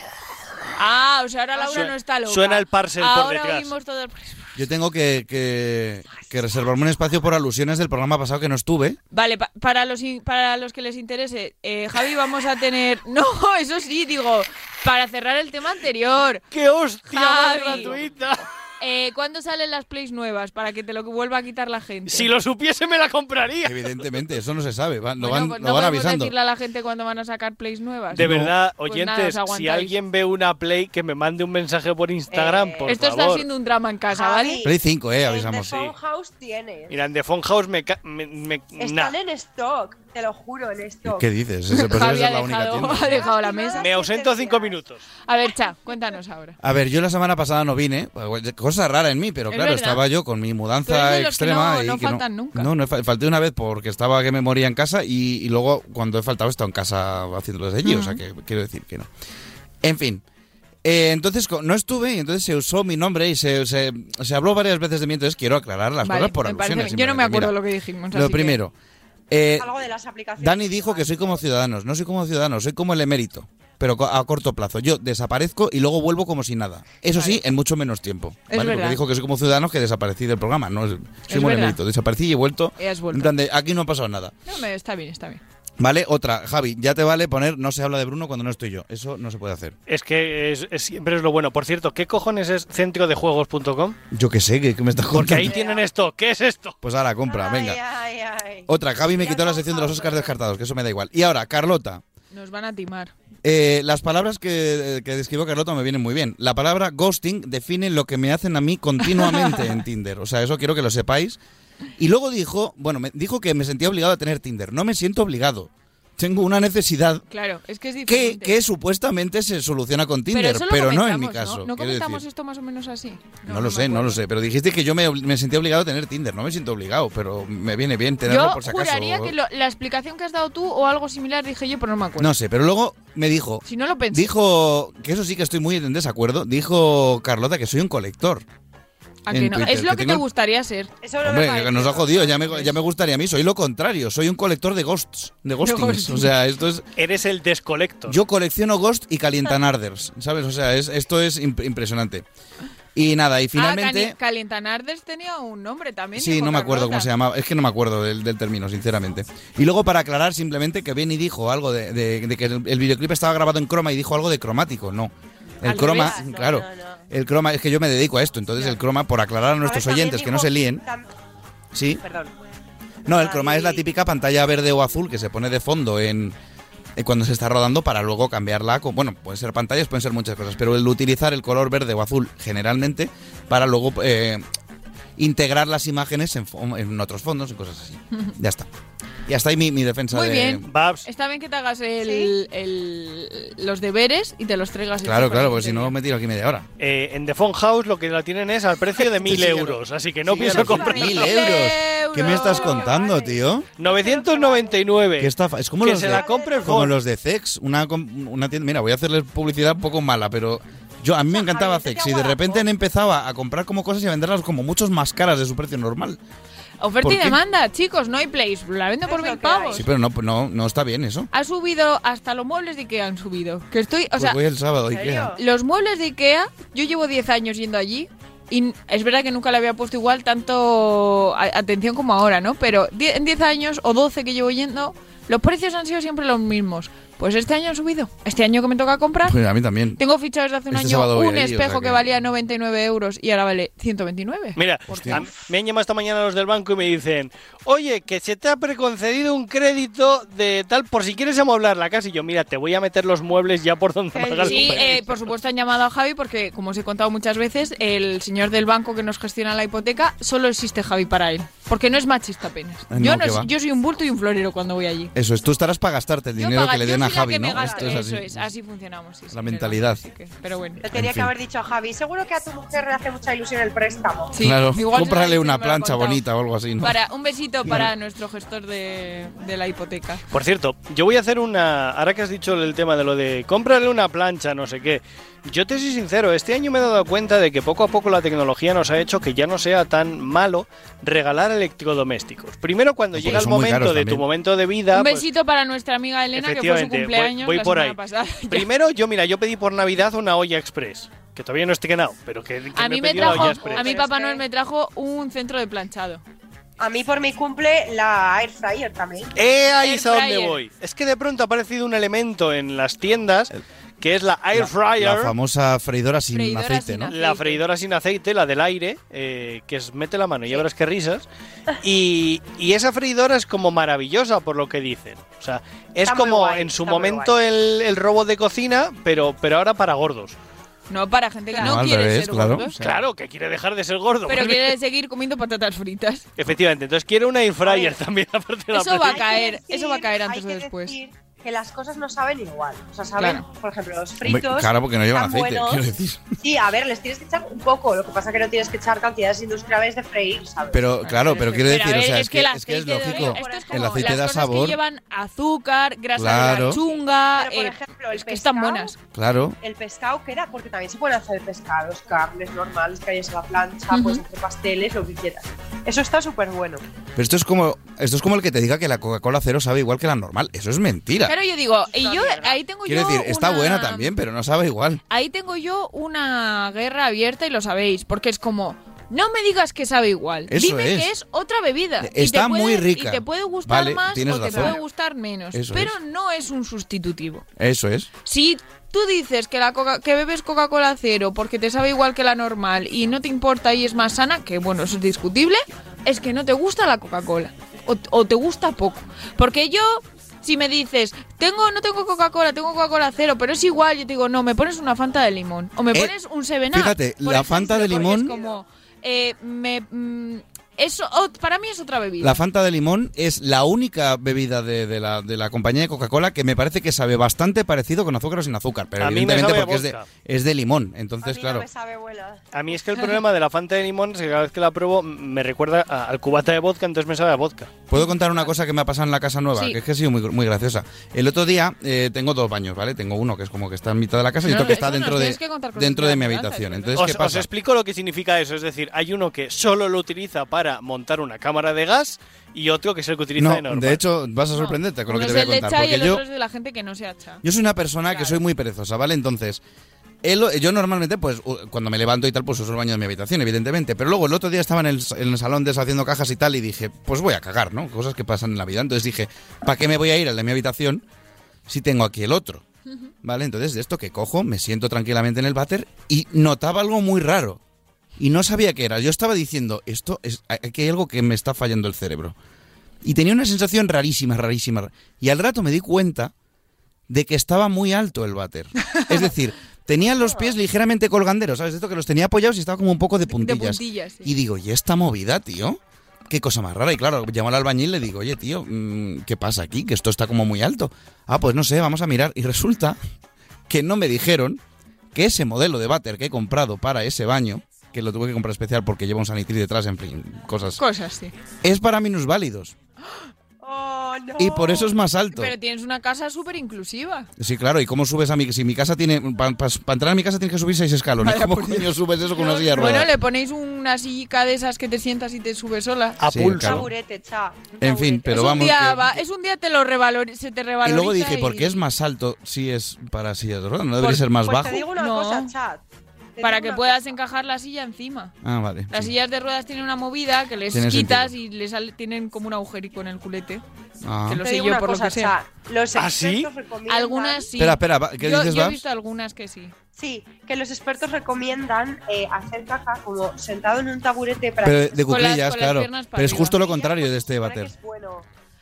S13: Ah, o sea, ahora Laura
S2: Suena-
S13: no está loca.
S2: suena el parcel por
S13: Ahora
S2: detrás.
S13: oímos todo el-
S1: Yo tengo que, que, que reservarme un espacio por alusiones del programa pasado que no estuve.
S13: Vale, pa- para, los, in- para los que les interese, eh, Javi, vamos a tener... No, eso sí, digo, para cerrar el tema anterior.
S2: ¡Qué hostia
S13: Javi,
S2: más gratuita!
S13: eh, ¿Cuándo salen las plays nuevas para que te lo vuelva a quitar la gente?
S2: Si lo supiese, me la compraría.
S1: Evidentemente, eso no se sabe. va- lo
S13: Bueno,
S1: van,
S13: pues
S1: lo van
S13: podemos
S1: avisando.
S13: decirle a la gente cuándo van a sacar plays nuevas.
S2: De verdad,
S13: Pues nada, os
S2: oyentes, si
S13: aguantáis.
S2: alguien ve una Play, que me mande un mensaje por Instagram, por
S13: Eh, Esto está
S2: favor.
S13: siendo un drama en casa, ¿vale?
S1: Play 5, eh,
S3: The
S1: avisamos.
S3: Phone House tiene.
S2: Mira, en The Phone House me. ca- me, me- nah.
S3: Están en stock, te lo juro, en stock.
S1: ¿Qué dices? Ese- pues debe
S13: Javi
S1: ser
S13: ha
S1: la única
S13: dejado,
S1: tienda.
S13: ha dejado la mesa.
S2: Me ausento cinco minutos.
S13: A ver, Cha, cuéntanos ahora.
S1: A ver, yo la semana pasada no vine, pues, cosa rara en mí, pero
S13: Es
S1: claro,
S13: verdad.
S1: estaba yo con mi
S13: Tú eres
S1: mudanza
S13: de los que
S1: extrema.
S13: no-
S1: y
S13: no
S1: que
S13: faltan nunca.
S1: No, no he fal- falté una vez porque estaba que me moría en casa y, y luego cuando he faltado he estado en casa haciéndolo desde allí, o sea que quiero decir que no. En fin, eh, entonces co- no estuve y entonces se usó mi nombre y se, se, se habló varias veces de mí, entonces quiero aclarar las
S13: Vale,
S1: cosas por
S13: me parece
S1: alusiones.
S13: bien. Yo no me
S1: simplemente.
S13: acuerdo
S1: Mira,
S13: lo que dijimos.
S1: Lo
S13: así que-
S1: primero, eh,
S3: Algo de las aplicaciones.
S1: Dani dijo que soy como ciudadanos. No soy como ciudadanos, soy como el emérito. Pero co- a corto plazo. Yo desaparezco y luego vuelvo como si nada. Eso sí, en mucho menos tiempo.
S13: Es
S1: Porque
S13: verdad.
S1: dijo que soy como ciudadanos que desaparecí del programa. No, soy como el
S13: verdad.
S1: emérito. Desaparecí y he vuelto.
S13: Y has vuelto.
S1: En plan de, aquí no ha pasado nada.
S13: No, me- está bien, está bien.
S1: Vale, otra. Javi, ya te vale poner no se habla de Bruno cuando no estoy yo. Eso no se puede hacer.
S2: Es que es- es- siempre es lo bueno. Por cierto, ¿qué cojones es centrodejuegos.com?
S1: Yo que sé, que, que me estás
S2: Porque ahí
S1: contando.
S2: tienen esto. ¿Qué es esto?
S1: Pues ahora, compra, venga.
S3: Ay, ay.
S1: Otra, Javi me quitó la sección de los Oscars descartados, que eso me da igual. Y ahora, Carlota.
S13: Nos van a timar.
S1: Eh, las palabras que, que describió Carlota me vienen muy bien. La palabra ghosting define lo que me hacen a mí continuamente en Tinder. O sea, eso quiero que lo sepáis. Y luego dijo, bueno, me dijo que me sentía obligado a tener Tinder. No me siento obligado. Tengo una necesidad
S13: Claro, es que es
S1: que,
S13: diferente.
S1: que supuestamente se soluciona con Tinder,
S13: eso
S1: pero,
S13: lo
S1: no en mi
S13: comentamos,
S1: caso.
S13: ¿No, ¿No
S1: quiero
S13: comentamos
S1: decir.
S13: esto más o menos así?
S1: No, lo sé, no lo sé. Pero dijiste que yo me, obli- me sentía obligado a tener Tinder. No me siento obligado, pero me viene bien tenerlo
S13: Yo
S1: por si acaso.
S13: juraría que lo- la explicación que has dado tú o algo similar dije yo, pero no me acuerdo.
S1: No sé, pero luego me dijo.
S13: Si no lo pensé.
S1: Dijo. Que eso sí que estoy muy en desacuerdo. Dijo Carlota que soy un colector.
S13: ¿A
S1: en
S13: que no?
S1: Twitter,
S13: es lo que,
S1: que
S13: te
S1: tengo-
S13: gustaría ser. Ah,
S3: Eso
S1: Hombre, que nos ha jodido. Ya
S13: pues,
S1: me, ya me gustaría a mí. Soy lo contrario. Soy un colector de ghosts. De ghostings.
S2: ghosting.
S1: O sea, esto es.
S2: Eres el descolector.
S1: Yo colecciono ghosts y calientanarders. ¿Sabes? O sea, es- esto es imp- impresionante. Y nada, y finalmente.
S13: Calientanardes tenía un nombre también.
S1: Sí,
S13: Ah, dijo
S1: no me acuerdo
S13: Carlota.
S1: cómo se llamaba. Es que no me acuerdo del, del término, sinceramente. Y luego, para aclarar simplemente que Benny dijo algo de, de- de que el, el videoclip estaba grabado en croma y dijo algo de cromático. No. El
S13: Al
S1: croma,
S13: revés. No,
S1: claro. El croma, es que yo me dedico a esto. Entonces, el croma, por aclarar a nuestros
S3: también
S1: oyentes que no
S3: dijo-
S1: se líen.
S3: tam-
S1: Sí.
S3: Perdón.
S1: No, el croma es la típica pantalla verde o azul que se pone de fondo en. eh, Cuando se está rodando para luego cambiarla, con- bueno, pueden ser pantallas, pueden ser muchas cosas, pero el utilizar el color verde o azul generalmente para luego eh, integrar las imágenes en, fo- en otros fondos y cosas así. Ya está. Y hasta ahí mi, mi defensa
S13: Muy
S1: de.
S13: bien.
S2: Babs.
S13: Está bien que te hagas el, el- los deberes y te los traigas.
S1: Claro,
S13: hechos
S1: claro,
S13: para
S1: porque si no me tiro aquí media hora.
S2: Eh, en The Phone House lo que la tienen es al precio de 1000 euros, así que no
S1: Sí,
S2: pienso
S1: claro,
S2: comprar.
S1: Mil euros. ¿Qué me estás contando, tío?
S2: 999.
S1: Qué estafa. Es como
S2: Que
S1: los
S2: se
S1: de,
S2: la compre el
S1: como
S2: Ford.
S1: los de Zex, una, com- una tienda. Mira, voy a hacerles publicidad un poco mala, pero yo a mí me encantaba Zex y de repente han empezado a a comprar como cosas y a venderlas como muchos más caras de su precio normal.
S13: Oferta
S1: ¿Por
S13: y
S1: qué?
S13: demanda, chicos, no hay plays. La vendo por mil pavos.
S1: Sí, pero no, no, no está bien eso.
S13: Ha subido hasta los muebles de Ikea han subido. Que estoy, o
S1: Pues
S13: sea,
S1: voy el sábado a ¿En serio? Ikea.
S13: los muebles de Ikea, yo llevo 10 años yendo allí y n- es verdad que nunca le había puesto igual tanto a- atención como ahora, ¿no? Pero die- en 10 años o 12 que llevo yendo, los precios han sido siempre los mismos. Pues este año han subido. Este año que me toca comprar,
S1: Pues a mí también.
S13: tengo fichado desde hace un
S1: Este sábado
S13: año
S1: voy
S13: un
S1: allí, o sea
S13: espejo que...
S1: que-
S13: valía 99 euros y ahora vale 129.
S2: Mira, a- me han llamado esta mañana los del banco y me dicen, oye, que se te ha preconcedido un crédito de tal por si quieres amueblar la casa. Y yo, mira, te voy a meter los muebles ya por donde me hagas
S13: Sí,
S2: un
S13: eh, por supuesto han llamado a Javi porque, como os he contado muchas veces, el señor del banco que nos gestiona la hipoteca solo existe Javi para él. Porque no es machista apenas.
S1: Ah,
S13: yo,
S1: no,
S13: no
S1: ¿qué
S13: soy-
S1: va?
S13: yo soy un bulto y un florero cuando voy allí.
S1: Eso es, tú estarás para gastarte el dinero
S13: paga-
S1: que le
S13: yo
S1: den a a
S13: soy la
S1: Javi,
S13: que me
S1: ¿no?
S13: gasta.
S1: Esto es así.
S13: Eso es, así funcionamos. sí, sí,
S1: La
S13: es
S1: mentalidad.
S13: verdad, así que- pero bueno.
S3: Te tenía
S1: En
S3: que
S1: fin.
S3: haber dicho a Javi, seguro que a tu mujer le hace mucha ilusión el préstamo.
S1: claro,
S13: igual
S1: cómprale
S13: se-
S1: una
S13: se me lo ha
S1: plancha
S13: contado.
S1: bonita o algo así, ¿no?
S13: Para, un besito para nuestro gestor de, de la hipoteca.
S2: Por cierto, yo voy a hacer una. Ahora que has dicho el tema de lo de cómprale una plancha, no sé qué. Yo te soy sincero, este año me he dado cuenta de que poco a poco la tecnología nos ha hecho que ya no sea tan malo regalar electrodomésticos. Primero, cuando llega el
S1: son muy
S2: momento
S1: caros
S2: de tu
S1: también.
S2: momento de vida.
S13: un
S2: pues,
S13: besito para nuestra amiga Elena, que fue su
S2: Efectivamente, voy-
S13: cumpleaños
S2: voy
S13: la
S2: por
S13: semana
S2: ahí.
S13: pasada.
S2: primero, yo, mira, yo pedí por Navidad una olla express, que todavía no esté quemado, pero que, que
S13: A
S2: me
S13: mí
S2: he
S13: me
S2: pedido la olla
S13: trajo,
S2: express.
S13: a mi Papá Noel me trajo un centro de planchado.
S3: A mí por mi cumple la air fryer también.
S2: Eh, ahí es a donde
S3: fryer.
S2: voy. Es que de pronto ha aparecido un elemento en las tiendas que es la air fryer.
S1: La famosa freidora sin aceite, ¿no?
S2: La freidora sin aceite, la del aire, eh, que es mete la mano y ya verás qué risas. Y, y esa freidora es como maravillosa, por lo que dicen. O sea, es
S13: Está muy
S2: como
S13: guay,
S2: en su
S13: está muy
S2: momento
S13: guay.
S2: el, el robot de cocina, pero, pero ahora para gordos.
S13: No para gente que
S2: No,
S13: no,
S2: al
S13: quiere
S2: revés,
S13: ser
S2: claro,
S13: gordos.
S2: o sea. Claro, que quiere dejar de ser gordo.
S13: Pero quiere seguir comiendo patatas fritas.
S2: Efectivamente, entonces quiere una air fryer también, aparte de la
S13: Eso va a
S2: plancha.
S13: caer, eso va a caer antes o
S3: que
S13: después.
S3: decir que las cosas no saben igual. O sea, saben, por ejemplo, los
S1: Hombre,
S3: fritos.
S1: claro, porque no llevan
S3: están
S1: aceite,
S3: buenos.
S1: quiero decir.
S3: Sí, a ver, les tienes que echar un poco. Lo que pasa es que no tienes que echar cantidades industriales de freír, ¿sabes?
S1: Pero, claro, pero quiero
S13: Pero a
S1: decir, o
S13: ver,
S1: sea,
S13: es
S1: es que
S13: que el
S1: es, que es
S13: aceite de-
S1: lógico.
S13: esto es
S1: El
S13: como
S1: aceite da
S13: Las cosas
S1: sabor,
S13: que llevan azúcar, grasa de
S1: Claro.
S13: la chunga, eh, es que están
S3: pescado-
S13: buenas.
S1: claro.
S3: El pescado queda, porque también se pueden hacer pescados, carnes normales que hayas a la plancha,
S13: Ujú.
S3: puedes hacer pasteles, lo que quieras. Eso está súper bueno.
S1: Pero esto es como esto es como el que te diga que la Coca-Cola cero sabe igual que la normal. Eso es mentira.
S13: Claro, yo digo, y yo ahí tengo
S1: Quiero
S13: yo
S1: decir, está
S13: una-
S1: buena también, pero no sabe igual.
S13: Ahí tengo yo una guerra abierta y lo sabéis, porque es como no me digas que sabe igual,
S1: Eso
S13: dime
S1: es.
S13: que es otra bebida. y te
S1: Está
S13: puede-
S1: muy rica.
S13: Y te puede gustar
S1: Vale,
S13: más o
S1: tienes
S13: te
S1: razón.
S13: puede gustar menos,
S1: Eso
S13: pero
S1: es.
S13: no es un sustitutivo.
S1: Eso es.
S13: Si tú dices que la Coca- que bebes Coca-Cola cero porque te sabe igual que la normal y no te importa y es más sana, que bueno, eso es discutible, es que no te gusta la Coca-Cola o, o te gusta poco. Porque yo si me dices, tengo no tengo Coca-Cola, tengo Coca-Cola cero, pero es igual, yo te digo, no, me pones una Fanta de limón o me
S1: Eh,
S13: pones un Seven Up.
S1: Fíjate,
S13: por
S1: la
S13: ejemplo,
S1: Fanta de
S13: porque
S1: limón
S13: es como eh, me mm, eso o- para mí es otra bebida.
S1: La Fanta de limón es la única bebida de, de la, de la compañía de Coca-Cola que me parece que sabe bastante parecido con azúcar o sin azúcar, pero
S2: A mí me
S1: evidentemente
S2: sabe a
S1: porque es de,
S2: vodka.
S1: es de limón, entonces claro.
S2: A mí es que el problema de la Fanta de limón es que cada vez que la pruebo m- me recuerda a- al cubata de vodka, entonces me sabe a vodka.
S1: Puedo contar una cosa que me ha pasado en la casa nueva,
S2: Sí.
S1: que es que ha sido muy, muy graciosa. El otro día eh, tengo dos baños, ¿vale? Tengo uno que es como que está en mitad de la casa y
S2: No,
S1: otro que
S2: no,
S1: está
S2: eso nos
S1: dentro de,
S2: tienes que contar con
S1: dentro de mi
S2: confianza,
S1: habitación.
S2: es
S1: Entonces,
S2: os,
S1: ¿qué
S2: os
S1: pasa?
S2: explico lo que significa eso, es decir, hay uno que solo lo utiliza para montar una cámara de gas y otro que es el que utiliza
S1: No,
S2: de normal.
S1: de hecho, vas a sorprenderte con lo
S13: Uno
S1: que te
S13: es
S1: voy a
S13: el de
S1: contar.
S13: chai y
S1: Porque
S13: el
S1: yo,
S13: otro es de la gente que no se hacha.
S1: Yo soy una persona que soy muy perezosa, ¿vale? Entonces, el- yo normalmente, pues, u- cuando me levanto y tal, pues uso el baño de mi habitación, evidentemente. Pero luego el otro día estaba en el, en el salón deshaciendo cajas y tal, y dije, pues voy a cagar, ¿no? Cosas que pasan en la vida. Entonces dije, ¿para qué me voy a ir al de mi habitación si tengo aquí el otro? ¿Vale? Entonces, de esto que cojo, me siento tranquilamente en el váter y notaba algo muy raro. Y no sabía qué era. Yo estaba diciendo, esto es. Aquí hay algo que me está fallando el cerebro. Y tenía una sensación rarísima, rarísima. Y al rato me di cuenta de que estaba muy alto el váter. Es decir, tenía los pies ligeramente colganderos, ¿sabes? De Esto que los tenía apoyados y estaba como un poco de puntillas.
S13: puntillas, sí.
S1: Y digo, ¿y esta movida, tío? Qué cosa más rara. Y claro, llamo al albañil y le digo, oye, tío, mm, ¿qué pasa aquí? Que esto está como muy alto. Ah, pues no sé, vamos a mirar. Y resulta que no me dijeron que ese modelo de váter que he comprado para ese baño, que lo tuve que comprar especial porque lleva un sanitril detrás, en fin, cosas,
S13: Cosas, sí.
S1: es para minusválidos. Y por eso es más alto.
S13: Oh, Pero tienes una casa súper inclusiva.
S1: Sí, claro, ¿y cómo subes a mi si mi casa tiene para entrar a mi casa tienes que subir seis escalones?
S13: Vaya
S1: ¿Cómo
S13: por
S1: coño subes eso con una silla de
S13: Bueno,
S1: ruedas?
S13: le ponéis una sillica de esas que te sientas y te subes sola.
S1: A Sí, pulso. claro.
S13: Taburete, cha.
S1: En fin, Ah, pero
S13: es
S1: vamos
S13: Un día,
S1: que-
S13: va- es un día te lo revalor, se te
S1: y
S13: revaloriza.
S1: luego dije,
S13: y-
S1: ¿por qué es más alto si es para sillas de ruedas? ¿No debería ser más
S13: Pues te
S1: bajo?
S13: digo una cosa, chat. Para que puedas encajar la silla encima.
S1: Ah, vale.
S13: Las sillas de ruedas tienen una movida que les
S1: Tiene
S13: quitas y les sale- tienen como un agujerico en el culete.
S1: Ah.
S13: Que lo
S1: Te
S13: sé
S1: digo
S13: yo
S1: una
S13: por
S1: cosa,
S13: lo que sea.
S3: Cha, los
S1: ¿Ah, sí?
S3: expertos recomiendan-
S13: Algunas sí.
S1: Espera, espera, va- ¿qué
S13: yo,
S1: dices,
S13: yo he
S1: Babs?
S13: visto algunas que sí.
S3: Sí, que los expertos recomiendan eh, hacer caja como sentado en un taburete para
S1: Pero
S3: que
S1: de-
S3: estés
S1: de
S3: con las-
S1: cuclillas,
S3: con las
S1: claro.
S3: piernas para
S1: Pero es
S3: arriba.
S1: justo lo
S13: pues,
S1: contrario de este váter.
S3: Bueno,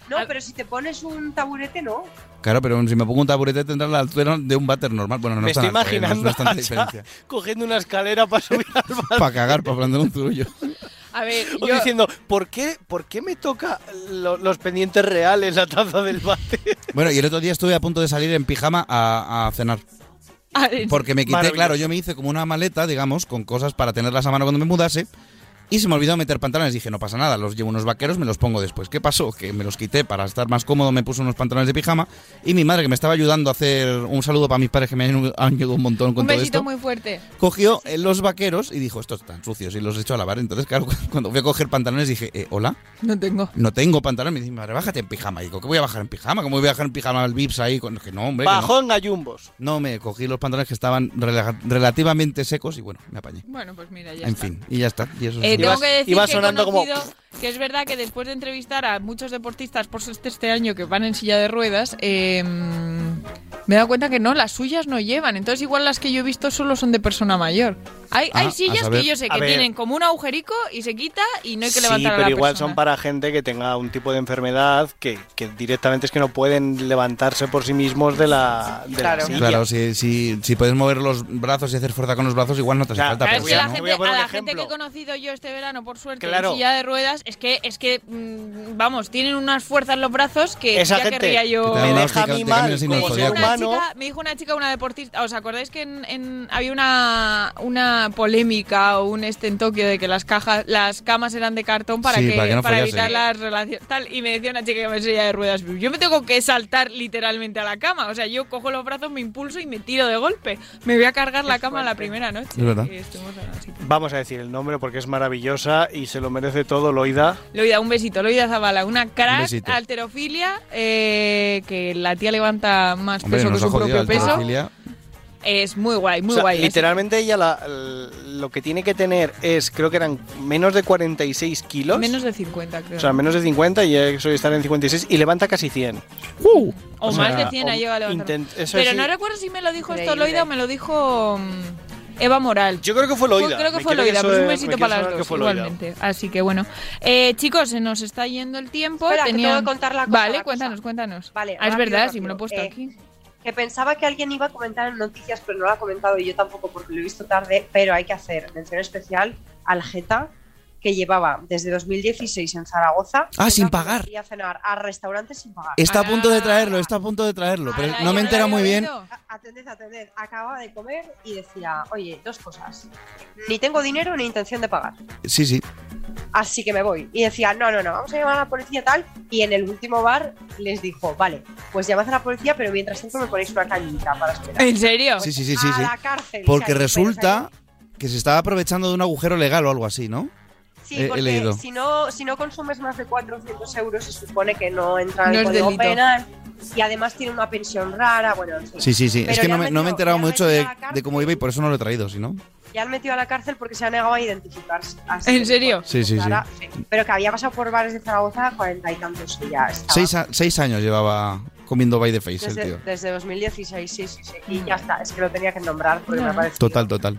S3: no, pero si te pones un taburete no.
S1: Claro, pero si me pongo un taburete tendrá la altura de un váter normal. Bueno, no
S2: me
S1: es tan
S2: estoy
S1: alto, ¿eh? No es-
S2: imaginando
S1: no es tanta
S2: a Cha
S1: diferencia.
S2: cogiendo una escalera para subir al
S1: para cagar, para plantar un zurullo.
S13: A ver,
S2: O
S13: yo-
S2: diciendo, ¿por qué, ¿por qué me toca lo- los pendientes reales la taza del bate?
S1: Bueno, y el otro día estuve a punto de salir en pijama a, a cenar.
S13: Ah, es-
S1: Porque me quité,
S2: Maravilloso.
S1: claro, yo me hice como una maleta, digamos, con cosas para tenerlas a mano cuando me mudase. Y se me olvidó meter pantalones. Dije, no pasa nada, los llevo unos vaqueros, me los pongo después. ¿Qué pasó? Que me los quité para estar más cómodo, me puso unos pantalones de pijama. Y mi madre, que me estaba ayudando a hacer un saludo para mis padres que me han han ayudado un montón con
S13: un
S1: todo
S13: besito
S1: esto,
S13: muy fuerte.
S1: cogió eh, los vaqueros y dijo, estos están sucios y los he hecho a lavar. Entonces, claro, cuando fui a coger pantalones dije, eh, hola,
S13: No tengo.
S1: no tengo pantalón. Me dice, madre, bájate en pijama. Y digo, ¿qué voy a bajar en pijama? ¿Cómo voy a bajar en pijama al Vips ahí? Con... Que no, hombre. que no.
S2: Bajó en gallumbos.
S1: No, me cogí los pantalones que estaban rela- relativamente secos y bueno, me apañé.
S13: Bueno, pues mira, ya
S1: en
S13: está.
S1: fin, y ya está. Y eso es-
S13: Eh, tengo que decir
S2: iba
S13: que he
S2: sonando como-
S13: conocido que es verdad que después de entrevistar a muchos deportistas por este, este año que van en silla de ruedas, eh, me he dado cuenta que no, las suyas no llevan. Entonces igual las que yo he visto solo son de persona mayor. Hay,
S2: Ah,
S13: hay
S2: a
S13: sillas
S2: saber.
S13: que yo sé
S2: A
S13: que
S2: ver.
S13: tienen como un agujerico y se quita y no hay que
S2: sí,
S13: levantar a
S2: pero
S13: la
S2: igual
S13: persona.
S2: son para gente que tenga un tipo de enfermedad que, que directamente es que no pueden levantarse por sí mismos de la, de la silla.
S1: Claro, si, si, si puedes mover los brazos y hacer fuerza con los brazos, igual no te hace falta.
S13: Claro,
S1: pero
S13: es que
S1: si
S13: la
S1: no-
S13: gente, a, la gente que he conocido yo este verano, por suerte,
S2: Claro.
S13: en silla de ruedas, es que, es que mm, vamos, tienen unas fuerzas en los brazos que
S2: Esa
S13: ya
S2: gente
S13: querría yo...
S1: Que te da una hostia, te cambian sin el
S13: Me dijo,
S1: zodiaco.
S13: una chica, me dijo una chica, una deportista, ¿os acordáis que en- en- había una, una polémica o un este en Tokio de que las cajas, las camas eran de cartón para,
S1: Sí,
S13: que,
S1: para que no follase.
S13: evitar las relaciones tal? Y me decía una chica que me silla de ruedas, yo me tengo que saltar literalmente a la cama, o sea, yo cojo los brazos, me impulso y me tiro de golpe, me voy a cargar la cama la primera noche.
S2: Es verdad.
S13: Y estuvimos ahora así.
S2: Vamos a decir el nombre porque es maravillosa y se lo merece todo, Loida.
S13: Loida, un besito, Loida Zavala, una
S2: Un
S13: crack
S2: besito.
S13: alterofilia eh, que la tía levanta más
S1: Hombre,
S13: peso que
S1: nos ha
S13: su
S1: jodido
S13: propio
S1: la
S13: peso.
S1: alterofilia.
S13: Es muy guay, muy
S2: O sea,
S13: guay. ¿eh?
S2: Literalmente ella la- l- lo que tiene que tener es, creo que eran menos de 46 kilos.
S13: Menos de 50, creo.
S2: o sea, menos de 50 y ella suele estar en 56 y levanta casi 100.
S13: O
S2: o
S13: más
S2: sea,
S13: de 100
S2: o
S13: ha llegado a levantar.
S2: intent- eso
S13: Pero
S2: sí.
S13: no recuerdo si me lo dijo esto
S2: Increíble.
S13: Loida o me lo dijo mm, Eva Moral.
S2: Yo creo que fue Loida.
S13: Creo que
S2: Me
S13: fue
S2: quiero que
S13: Loida, pues un
S2: suene- me
S13: besito
S2: quiero
S13: para
S2: sonar
S13: las
S2: que
S13: dos,
S2: fue Loida.
S13: igualmente. Así que bueno. Eh, chicos, se nos está yendo el tiempo.
S3: Espera, que
S13: Tenía-
S3: tengo que contar la cosa,
S13: Vale,
S3: la cosa.
S13: cuéntanos, cuéntanos.
S3: Vale,
S13: Ah, es
S3: rápido,
S13: verdad,
S3: rápido.
S13: sí, me lo he puesto
S3: Eh,
S13: aquí.
S3: Que pensaba que alguien iba a comentar en noticias, pero no lo ha comentado y yo tampoco porque lo he visto tarde, pero hay que hacer mención especial al Geta, que llevaba desde 2016 en Zaragoza.
S1: Ah, sin
S3: una
S1: pagar.
S3: cafetería a cenar a restaurantes sin pagar.
S1: Está a
S3: Ah.
S1: punto de traerlo, está a punto de traerlo, pero
S13: Ah,
S1: no me entera muy bien.
S3: A- Atended, atended. Acaba de comer y decía, oye, dos cosas. Ni tengo dinero ni intención de pagar.
S1: Sí, sí.
S3: Así que me voy. Y decía, no, no, no, vamos a llamar a la policía tal. Y en el último bar les dijo, vale, pues llamad a la policía, pero mientras tanto me ponéis una cañita para esperar.
S13: ¿En serio?
S1: Sí, sí, sí, sí.
S3: A
S1: sí.
S3: la cárcel.
S1: Porque
S3: o sea,
S1: resulta que se estaba aprovechando de un agujero legal o algo así, ¿no?
S3: Sí,
S1: He- he
S3: porque
S1: leído.
S3: Si, no, si no consumes más de 400 euros se supone que no entra
S13: No
S3: en
S13: es
S3: el código
S13: delito.
S3: penal. Y además tiene una pensión rara, bueno, en fin.
S1: Sí, sí, sí. es
S3: Pero
S1: que
S3: le
S1: no
S3: han
S1: me, no me he
S3: metido-
S1: enterado
S3: le han
S1: mucho
S3: metido
S1: de,
S3: a la Ah. cárcel-
S1: de cómo iba y por eso no lo he traído, si no.
S3: le han metido a la cárcel porque se ha negado a identificarse. Así
S13: ¿En
S3: que,
S13: serio?
S3: bueno,
S1: Sí, sí, sí.
S3: Sara, Pero que había pasado por bares de Zaragoza cuarenta y tantos días.
S1: Seis, a- seis años llevaba comiendo by the face el
S3: Desde,
S1: tío.
S3: desde 2016, sí, sí, sí. Y ya está, es que lo tenía que nombrar porque
S13: No,
S3: me
S13: no.
S3: parece.
S1: Total, total.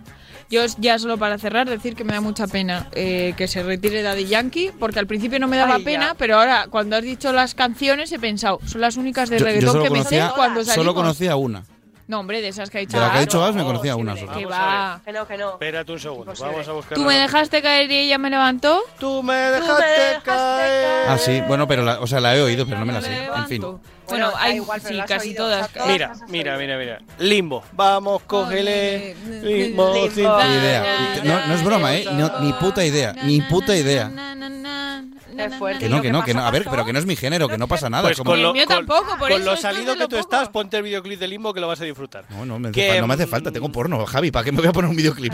S13: Yo ya solo para cerrar decir que me da mucha pena eh, que se retire Daddy Yankee, porque al principio no me daba
S3: Ay, ya.
S13: pena, pero ahora cuando has dicho las canciones he pensado, son las únicas de
S1: Yo, yo
S13: reggaetón
S1: solo
S13: que me sé
S1: conocía,
S13: cuando salimos.
S1: solo conocía una.
S13: No, hombre, de esas que ha dicho
S1: De la que ha
S13: Gas.
S1: dicho Gas me conocía una solo.
S13: Que va.
S3: Ah, Que no, que no.
S2: Espérate un segundo, vamos a buscar.
S13: Tú me
S2: la-
S13: dejaste caer y ella me levantó.
S2: eh, Tú me dejaste, caer.
S1: Ah, sí, bueno, pero la, o sea, la he oído, pero no me la sé. En fin.
S13: Bueno,
S3: da
S13: hay
S3: igual, pero
S13: sí,
S3: lo has
S13: casi
S3: oído,
S13: todas.
S3: o sea,
S2: Mira, mira, mira, mira. Limbo. Vamos, cógele. Limbo.
S1: Ni
S2: sin-
S1: idea. No, no es broma, ¿eh? No, ni puta idea. Ni puta idea.
S3: Qué fuerte.
S1: Que no, que no, que no. A ver, pero que no es mi género, que no pasa nada.
S2: Pues
S1: como-
S2: con lo,
S13: mío
S2: con-
S13: tampoco, por
S2: con
S13: eso
S2: lo
S13: esto es
S2: salido
S13: de
S2: que
S13: lo
S2: tú estás, ponte el videoclip de Limbo que lo vas a disfrutar.
S1: No, no me, hace
S2: Que,
S1: fal- no me hace falta, tengo porno. Javi, ¿para qué me voy a poner un videoclip?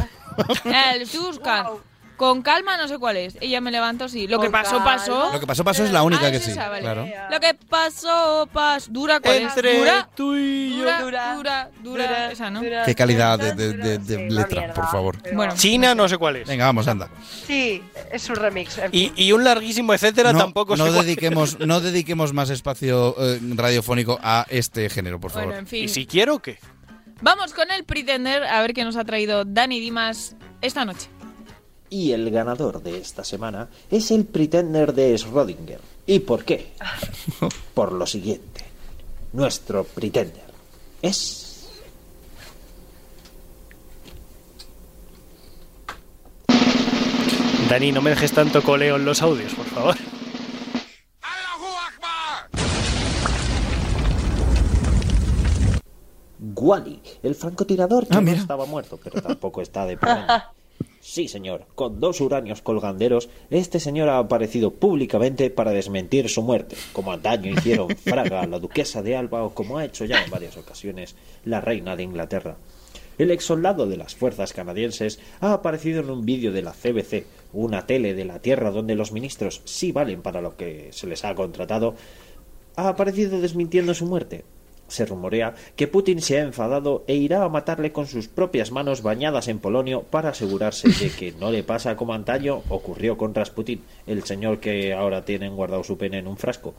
S13: El Tuscan. Con calma, no sé cuál es. Ella me levantó, sí. Lo que
S3: Con
S13: pasó, pasó.
S1: Lo que pasó, pasó es la única
S13: Ah,
S1: que
S13: es
S1: sí.
S13: esa, vale.
S1: Claro.
S13: Lo que pasó, pasó. Dura, ¿cuál es?
S2: Entre
S13: Dura,
S2: tú y yo.
S13: dura, dura, dura, Esa, ¿no?
S1: Qué calidad de, de- de- de letra, por favor.
S13: Bueno.
S2: China, no sé cuál es.
S1: Venga, vamos, anda.
S3: Sí, es un remix. en
S2: Y, y un larguísimo etcétera tampoco
S1: no
S2: sé cuál es.
S1: dediquemos, no dediquemos más espacio eh, radiofónico a este género, por favor.
S13: Bueno, en fin.
S2: ¿Y si quiero qué?
S13: Vamos con el Pretender a ver qué nos ha traído Dani Dimas esta noche.
S7: Y el ganador de esta semana es el Pretender de Schrödinger. ¿Y por qué? Por lo siguiente. Nuestro Pretender es...
S2: Dani, no me dejes tanto coleo en los audios, por favor.
S15: Wally, el francotirador que no estaba muerto, pero tampoco está de plan. Sí, señor, con dos uranios colganderos, este señor ha aparecido públicamente para desmentir su muerte, como antaño hicieron Fraga, la duquesa de Alba o como ha hecho ya en varias ocasiones la reina de Inglaterra. El ex soldado de las fuerzas canadienses ha aparecido en un vídeo de la CBC, una tele de la tierra donde los ministros sí valen para lo que se les ha contratado, ha aparecido desmintiendo su muerte. Se rumorea que Putin se ha enfadado e irá a matarle con sus propias manos bañadas en polonio para asegurarse de que no le pasa como antaño ocurrió con Rasputin, el señor que ahora tienen guardado su pene en un frasco.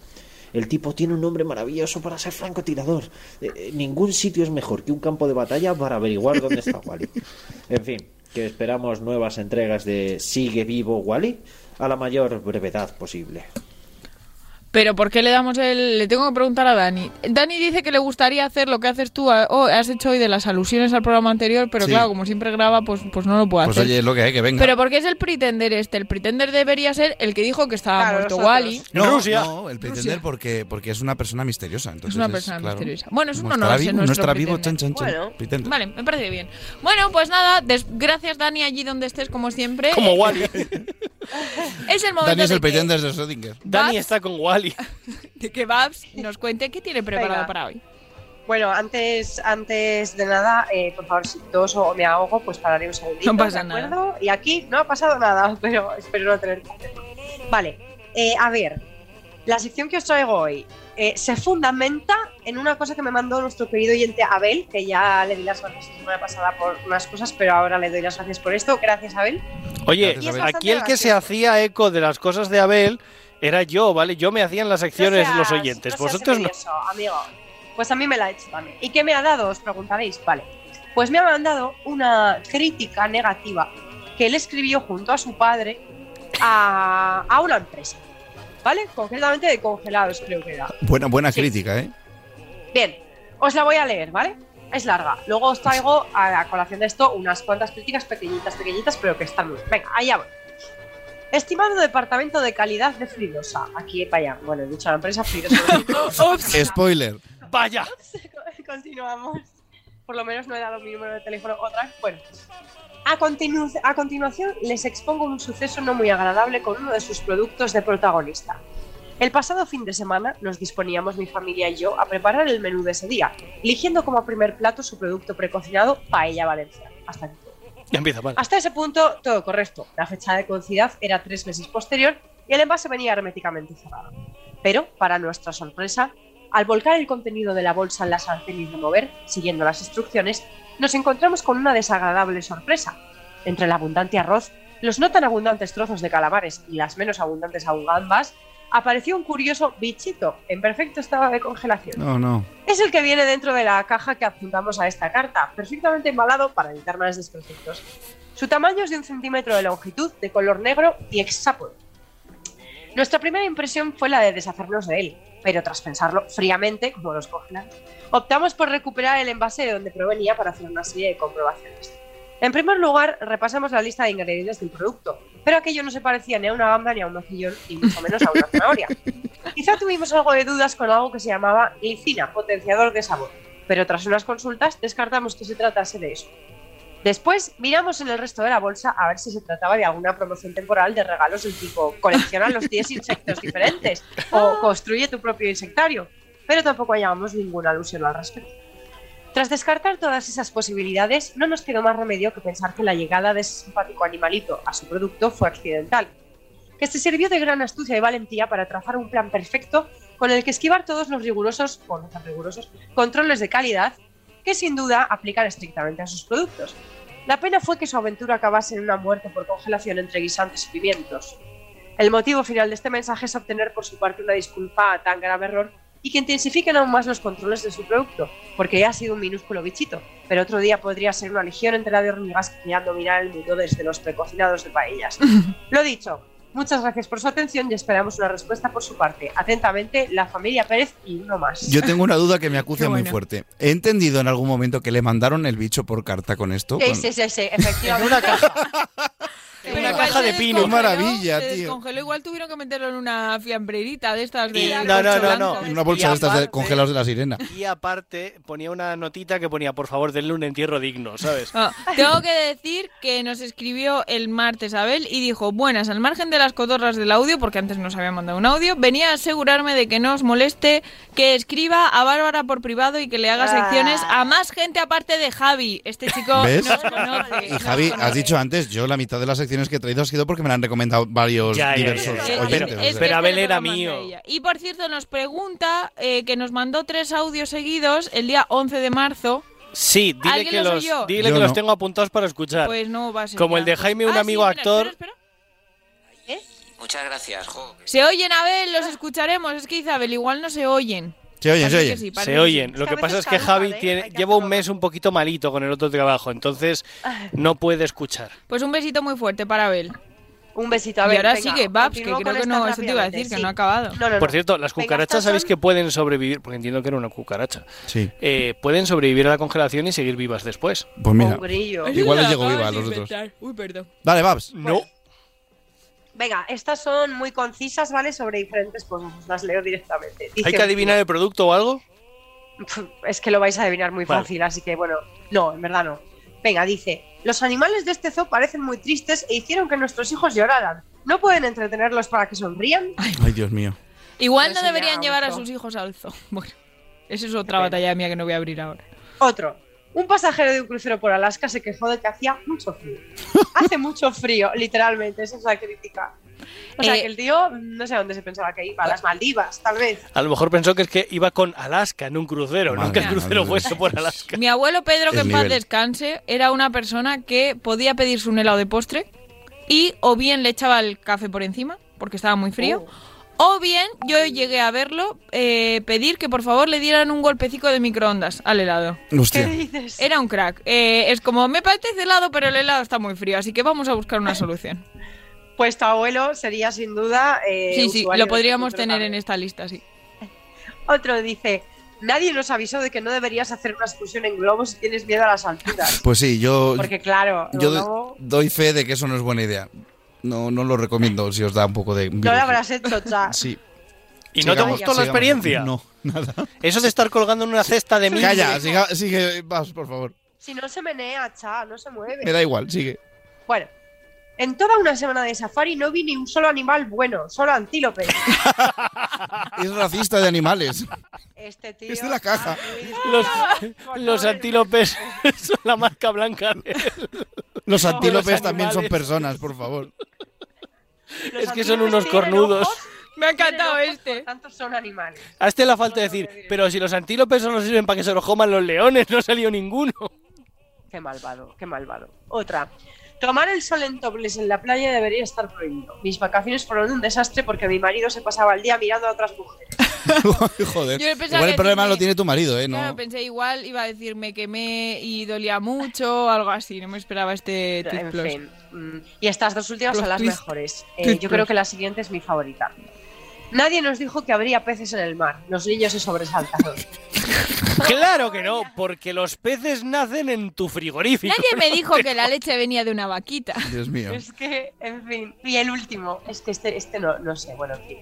S15: El tipo tiene un nombre maravilloso para ser francotirador. Eh, eh, ningún sitio es mejor que un campo de batalla para averiguar dónde está Wally. En fin, que esperamos nuevas entregas de Sigue vivo Wally a la mayor brevedad posible.
S13: Pero ¿por qué le damos el...? Le tengo que preguntar a Dani. Dani dice que le gustaría hacer lo que haces tú, a- o has hecho hoy de las alusiones al programa anterior, pero
S1: Sí.
S13: claro, como siempre graba, pues, pues no lo puedo
S1: Pues
S13: hacer.
S1: oye, es lo que hay, que venga.
S13: Pero ¿por qué es el pretender este? El pretender debería ser el que dijo que estaba muerto
S1: nosotros.
S13: Wally.
S1: No, no, el pretender porque, porque es una persona misteriosa. entonces
S13: Es una persona
S1: claro,
S13: misteriosa. Bueno, es un
S1: como
S13: honor
S1: estará
S13: ser
S1: vivo, no
S13: nuestro
S1: estará vivo, chan,
S13: pretender.
S1: chan, chan,
S13: Bueno.
S1: pretender.
S13: Vale, me parece bien. Bueno, pues nada, des- gracias Dani allí donde estés, como siempre.
S2: Como Wally.
S13: es el momento
S1: Dani es
S13: de
S1: el
S13: que-
S1: pretender de Schrödinger.
S2: Dani
S13: Babs-
S2: está con Wally.
S13: de que Babs nos cuente qué tiene preparado
S3: Venga.
S13: para hoy.
S3: Bueno, antes, antes de nada, eh, por favor, si toso o me ahogo, pues pararé un segundito.
S13: No pasa
S3: ¿de acuerdo? Y aquí no ha pasado nada, pero espero no tener que hacerlo. Vale, eh, a ver, la sección que os traigo hoy eh, se fundamenta en una cosa que me mandó nuestro querido oyente Abel, que ya le di las gracias la semana pasada por unas cosas, pero ahora le doy las gracias por esto. Gracias, Abel.
S2: Oye,
S3: Gracias, Abel.
S2: aquí el que se hacía eco de las cosas de Abel era yo, ¿vale? Yo me hacía en las secciones
S3: No
S2: los
S3: seas-
S2: oyentes.
S3: no seas
S2: Vosotros no.
S3: envidioso, amigo. Pues a mí me la ha hecho también. ¿Y qué me ha dado? Os preguntaréis. Vale. Pues me ha mandado una crítica negativa que él escribió junto a su padre a, a una empresa. ¿Vale? Concretamente de congelados, creo que era.
S1: Buena, buena crítica, ¿eh?
S3: Bien, os la voy a leer, ¿vale? Es larga. Luego os traigo a la colación de esto unas cuantas críticas pequeñitas, pequeñitas, pero que están muy. Venga, allá voy. Estimado Departamento de Calidad de Fridosa. Aquí, para allá. Bueno, he dicho la empresa Fridosa.
S1: Spoiler.
S2: Vaya.
S3: Continuamos. Por lo menos no he dado mi número de teléfono otra vez. Bueno. A, continu- a continuación les expongo un suceso no muy agradable con uno de sus productos de protagonista. El pasado fin de semana nos disponíamos mi familia y yo a preparar el menú de ese día, eligiendo como primer plato su producto precocinado Paella Valencia. Hasta aquí.
S2: Ya empieza mal.
S3: Hasta ese punto, todo correcto. La fecha de caducidad era tres meses posterior y el envase venía herméticamente cerrado. Pero, para nuestra sorpresa, al volcar el contenido de la bolsa en la sartén y remover, siguiendo las instrucciones, nos encontramos con una desagradable sorpresa. Entre el abundante arroz, los no tan abundantes trozos de calamares y las menos abundantes aún gambas, apareció un curioso bichito en perfecto estado de congelación.
S1: No, no.
S3: Es el que viene dentro de la caja que adjuntamos a esta carta, perfectamente embalado para evitar males desperfectos. Su tamaño es de un centímetro de longitud, de color negro y hexápodo. Nuestra primera impresión fue la de deshacernos de él, pero tras pensarlo fríamente, como los congelan, optamos por recuperar el envase de donde provenía para hacer una serie de comprobaciones. En primer lugar, repasamos la lista de ingredientes del producto, pero aquello no se parecía ni a una gamba ni a un mejillón, y mucho menos a una zanahoria. Quizá tuvimos algo de dudas con algo que se llamaba glicina, potenciador de sabor, pero tras unas consultas descartamos que se tratase de eso. Después miramos en el resto de la bolsa a ver si se trataba de alguna promoción temporal de regalos del tipo colecciona los 10 insectos diferentes o construye tu propio insectario, pero tampoco hallamos ninguna alusión al respecto. Tras descartar todas esas posibilidades, no nos quedó más remedio que pensar que la llegada de ese simpático animalito a su producto fue accidental, que se sirvió de gran astucia y valentía para trazar un plan perfecto con el que esquivar todos los rigurosos, o no tan rigurosos, controles de calidad que sin duda aplican estrictamente a sus productos. La pena fue que su aventura acabase en una muerte por congelación entre guisantes y pimientos. El motivo final de este mensaje es obtener por su parte una disculpa a tan grave error y que intensifiquen aún más los controles de su producto, porque ya ha sido un minúsculo bichito, pero otro día podría ser una legión entera de hormigas que quieran dominar el mundo desde los precocinados de paellas. Lo dicho, muchas gracias por su atención y esperamos una respuesta por su parte. Atentamente, la familia Pérez y uno más.
S1: Yo tengo una duda que me acucia
S3: Qué
S1: muy
S3: bueno.
S1: fuerte. ¿He entendido en algún momento que le mandaron el bicho por carta con esto?
S3: Sí,
S1: Con-
S3: sí, sí, sí, efectivamente.
S2: una caja de pino.
S1: Qué maravilla,
S13: Se
S1: tío.
S13: descongeló, igual tuvieron que meterlo en una fiambrerita de estas de.
S2: Y-
S13: la
S2: no,
S13: colcha
S2: no, no,
S13: blanca.
S2: no.
S1: En una bolsa
S2: Y
S1: de estas de
S2: aparte-
S1: congelados de la sirena.
S2: Y aparte ponía una notita que ponía, por favor, denle un entierro digno, ¿sabes?
S13: Ah, tengo que decir que nos escribió el martes Abel y dijo, buenas, al margen de las cotorras del audio, porque antes nos había mandado un audio, venía a asegurarme de que no os moleste que escriba a Bárbara por privado y que le haga secciones a más gente aparte de Javi. Este chico
S1: ¿Ves?
S13: nos conoce.
S1: Y Javi, has dicho antes, yo la mitad de las secciones que he traído ha sido porque me la han recomendado varios
S2: Ya, ya, ya,
S1: diversos
S2: ya.
S1: oyentes.
S2: Pero-
S1: o sea.
S2: pero Abel era
S13: este programa Eh, es de
S2: mío.
S13: ella. Y por cierto, nos pregunta eh, que nos mandó tres audios seguidos el día 11 de marzo.
S2: Sí, dile
S13: ¿Alguien
S2: que
S13: los
S2: los,
S13: oyó?
S2: dile
S13: Yo
S2: que los
S13: no.
S2: tengo apuntados para escuchar.
S13: Pues no va a ser.
S2: Como el
S13: ya.
S2: de Jaime, un
S13: Ah, sí,
S2: amigo
S13: mira,
S2: actor.
S13: espera, espera.
S16: ¿Eh? Muchas gracias, Jo.
S13: Se oyen, Abel, los escucharemos. Es que Isabel, igual no se oyen.
S1: Se oyen,
S13: Parece
S1: se
S13: que sí,
S1: oyen.
S13: parece
S2: Se
S13: que
S2: oyen.
S13: sí.
S2: Lo que pasa es que Javi tiene, lleva un mes un poquito malito con el otro trabajo, entonces no puede escuchar.
S13: Pues un besito muy fuerte para Abel.
S3: Un besito
S13: a Y
S3: Abel,
S13: ahora
S3: venga,
S13: sigue, Babs, que
S3: continúo
S13: creo
S3: con
S13: que
S3: estas
S13: no, eso te iba a decir,
S3: rápidamente,
S13: que
S3: sí.
S13: no ha acabado.
S3: No, no,
S2: Por
S3: no.
S2: cierto, las
S3: Venga,
S2: cucarachas
S3: estas
S2: sabéis
S3: son-
S2: que pueden sobrevivir, porque entiendo que era una cucaracha.
S1: Sí.
S2: Eh, pueden sobrevivir a la congelación y seguir vivas después.
S1: Pues mira,
S3: Pobrillo.
S1: igual les llego viva a los otros.
S13: Uy, perdón.
S1: Dale, Babs.
S2: No.
S3: Venga, estas son muy concisas, ¿vale? Sobre diferentes cosas. pues Las leo directamente. Dice
S2: ¿Hay que
S3: un
S2: adivinar el producto o algo?
S3: Pf, Es que lo vais a adivinar muy
S2: Vale.
S3: fácil, así que bueno, no, en verdad no. Venga, dice, los animales de este zoo parecen muy tristes e hicieron que nuestros hijos lloraran. ¿No pueden entretenerlos para que sonrían?
S1: Ay, Dios mío.
S13: Igual no
S3: Eso ya
S13: deberían llevar a
S3: gustó.
S13: sus hijos al zoo. Bueno, esa es otra batalla mía que no voy a abrir ahora.
S3: Otro. Un pasajero de un crucero por Alaska se quejó de que hacía mucho frío. Hace mucho frío, literalmente, esa es la crítica. O sea,
S13: Eh,
S3: que el tío no sé a dónde se pensaba que iba, a las Maldivas, tal vez.
S2: A lo mejor pensó que es que iba con Alaska en un crucero,
S1: Madre
S2: nunca el
S1: mía,
S2: crucero
S1: madre
S2: fuese
S1: mía.
S2: por Alaska.
S13: Mi abuelo Pedro, que
S1: El
S13: en paz
S1: nivel.
S13: descanse, era una persona que podía pedirse un helado de postre y o bien le echaba el café por encima, porque estaba muy
S16: Oh.
S3: Uh.
S13: frío, o bien yo llegué a verlo eh, pedir que por favor le dieran un golpecico de microondas al helado.
S1: Hostia.
S13: Era un crack. Eh, es como, me apetece helado, pero el helado está muy frío, así que vamos a buscar una solución.
S3: Pues tu abuelo sería sin duda. eh,
S13: Sí, sí,
S3: usuario
S13: lo
S3: de
S13: podríamos
S3: este
S13: tener
S3: programa.
S13: en esta lista, sí.
S3: Otro dice, nadie nos avisó de que no deberías hacer una excursión en globo si tienes miedo a las alturas.
S1: Pues sí, yo,
S3: Porque claro, el
S1: yo
S3: globo-
S1: do- doy fe de que eso no es buena idea. No, no lo recomiendo si os da un poco de...
S3: no lo habrás hecho ya.
S1: Sí.
S2: ¿Y no te
S1: Sigamos,
S2: gustó la
S1: sigamos.
S2: experiencia?
S1: No, nada.
S2: Eso de estar colgando en una cesta de mil.
S1: Calla, siga- sigue, Babs, por favor.
S3: Si no se menea, cha, no se mueve.
S1: Me da igual, sigue.
S3: Bueno, en toda una semana de safari no vi ni un solo animal bueno, solo antílope.
S1: Es racista de animales.
S3: Este tío.
S1: Es de la caja.
S2: Los, los antílopes son la marca blanca de él.
S1: Los antílopes
S2: Los
S1: también son
S2: animales.
S1: personas, por favor.
S2: Es que son unos cornudos.
S13: Me ha encantado
S3: este. Por tanto, son animales.
S2: A este le falta decir, pero si los antílopes solo sirven para que se los coman los leones, no salió ninguno.
S3: Qué malvado, qué malvado. Otra. Tomar el sol en tobles en la playa debería estar prohibido. Mis vacaciones fueron un desastre porque mi marido se pasaba el día mirando a otras mujeres.
S1: Joder.
S13: Yo pensaba
S1: Igual el
S13: que
S1: problema lo
S13: tiene-
S1: tiene tu marido, ¿eh?
S13: Claro,
S1: No.
S13: pensé igual iba a decir me quemé y dolía mucho o algo así. No me esperaba este
S3: En
S13: tip plus.
S3: fin. mm, Y estas dos últimas
S13: Plot
S3: son las
S13: twist.
S3: mejores. Eh,
S13: Twist
S3: yo
S13: plus.
S3: creo que la siguiente es mi favorita. Nadie nos dijo que habría peces en el mar. Los niños se sobresaltaron.
S2: Claro que no, porque los peces nacen en tu frigorífico.
S13: Nadie me
S2: ¿no?
S13: dijo que la leche venía de una vaquita.
S1: Dios mío.
S3: Es que, en fin. Y el último, es que este, este no, no sé, bueno, en fin.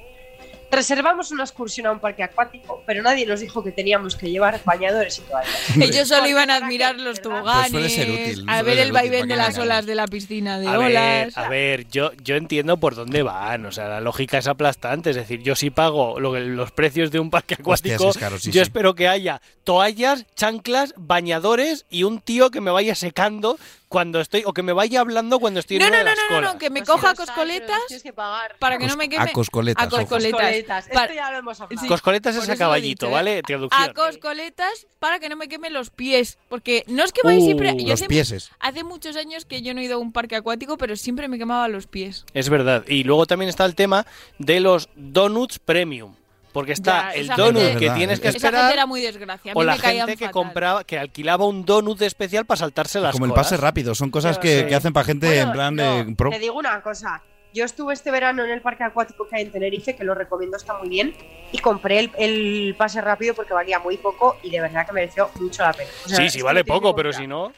S3: Reservamos una excursión a un parque acuático, pero nadie nos dijo que teníamos que llevar bañadores y toallas.
S13: Ellos solo iban a admirar
S1: Pues
S13: los toboganes,
S1: suele ser útil,
S13: a
S1: suele
S13: ver
S1: ser
S13: el
S1: útil,
S13: vaivén
S1: ¿para
S13: de
S1: qué
S13: las
S1: engañamos?
S13: olas de la piscina de
S2: A ver,
S13: olas.
S2: a ver, yo, yo entiendo por dónde van, o sea, la lógica es aplastante, es decir, yo sí pago lo que- los precios de un parque
S1: Hostias,
S2: acuático,
S1: es caro, sí, sí.
S2: yo espero que haya toallas, chanclas, bañadores y un tío que me vaya secando cuando estoy, o que me vaya hablando cuando estoy en
S13: No,
S2: una
S13: no,
S2: de
S13: no,
S2: las
S13: no, no,
S2: colas.
S13: no, que me
S3: Pues si
S13: coja
S3: los hay, pero los
S13: coscoletas
S3: tienes que pagar.
S13: para que no me queme.
S1: A coscoletas,
S13: A
S1: ojo.
S13: coscoletas.
S3: Esto
S13: Para-
S3: ya lo hemos hablado.
S2: Coscoletas
S13: Por
S2: es
S13: eso
S2: a
S13: lo he
S2: caballito,
S13: dicho, ¿eh?
S2: ¿vale? Traducción.
S13: A coscoletas para que no me queme los pies. Porque no es que vais
S2: Uh,
S13: siempre. yo
S1: los
S13: hace-
S1: pieses.
S13: Hace muchos años que yo no he ido a un parque acuático, pero siempre me quemaba los pies.
S2: Es verdad. Y luego también está el tema de los donuts premium. Porque está
S13: Ya,
S2: el
S13: esa
S2: donut
S13: gente-
S2: que tienes que
S1: Esa
S13: Esa gente
S2: esperar.
S13: era muy desgracia. A mí
S2: O la
S13: me caían
S2: gente que
S13: fatal.
S2: compraba, que alquilaba un donut especial para saltarse las
S1: Pues Como el
S2: colas.
S1: pase rápido, son cosas
S2: Yo
S1: que,
S2: sé.
S1: que hacen para gente
S3: Bueno,
S1: en plan
S3: no,
S1: de pro.
S3: Te digo una cosa. Yo estuve este verano en el parque acuático que hay en Tenerife, que lo recomiendo, está muy bien. Y compré el, el pase rápido porque valía muy poco y de verdad que mereció mucho la pena. O sea,
S2: Sí,
S3: es
S2: sí,
S3: que
S2: vale
S3: lo tienes que
S2: poco, pero
S3: comprar.
S2: si no.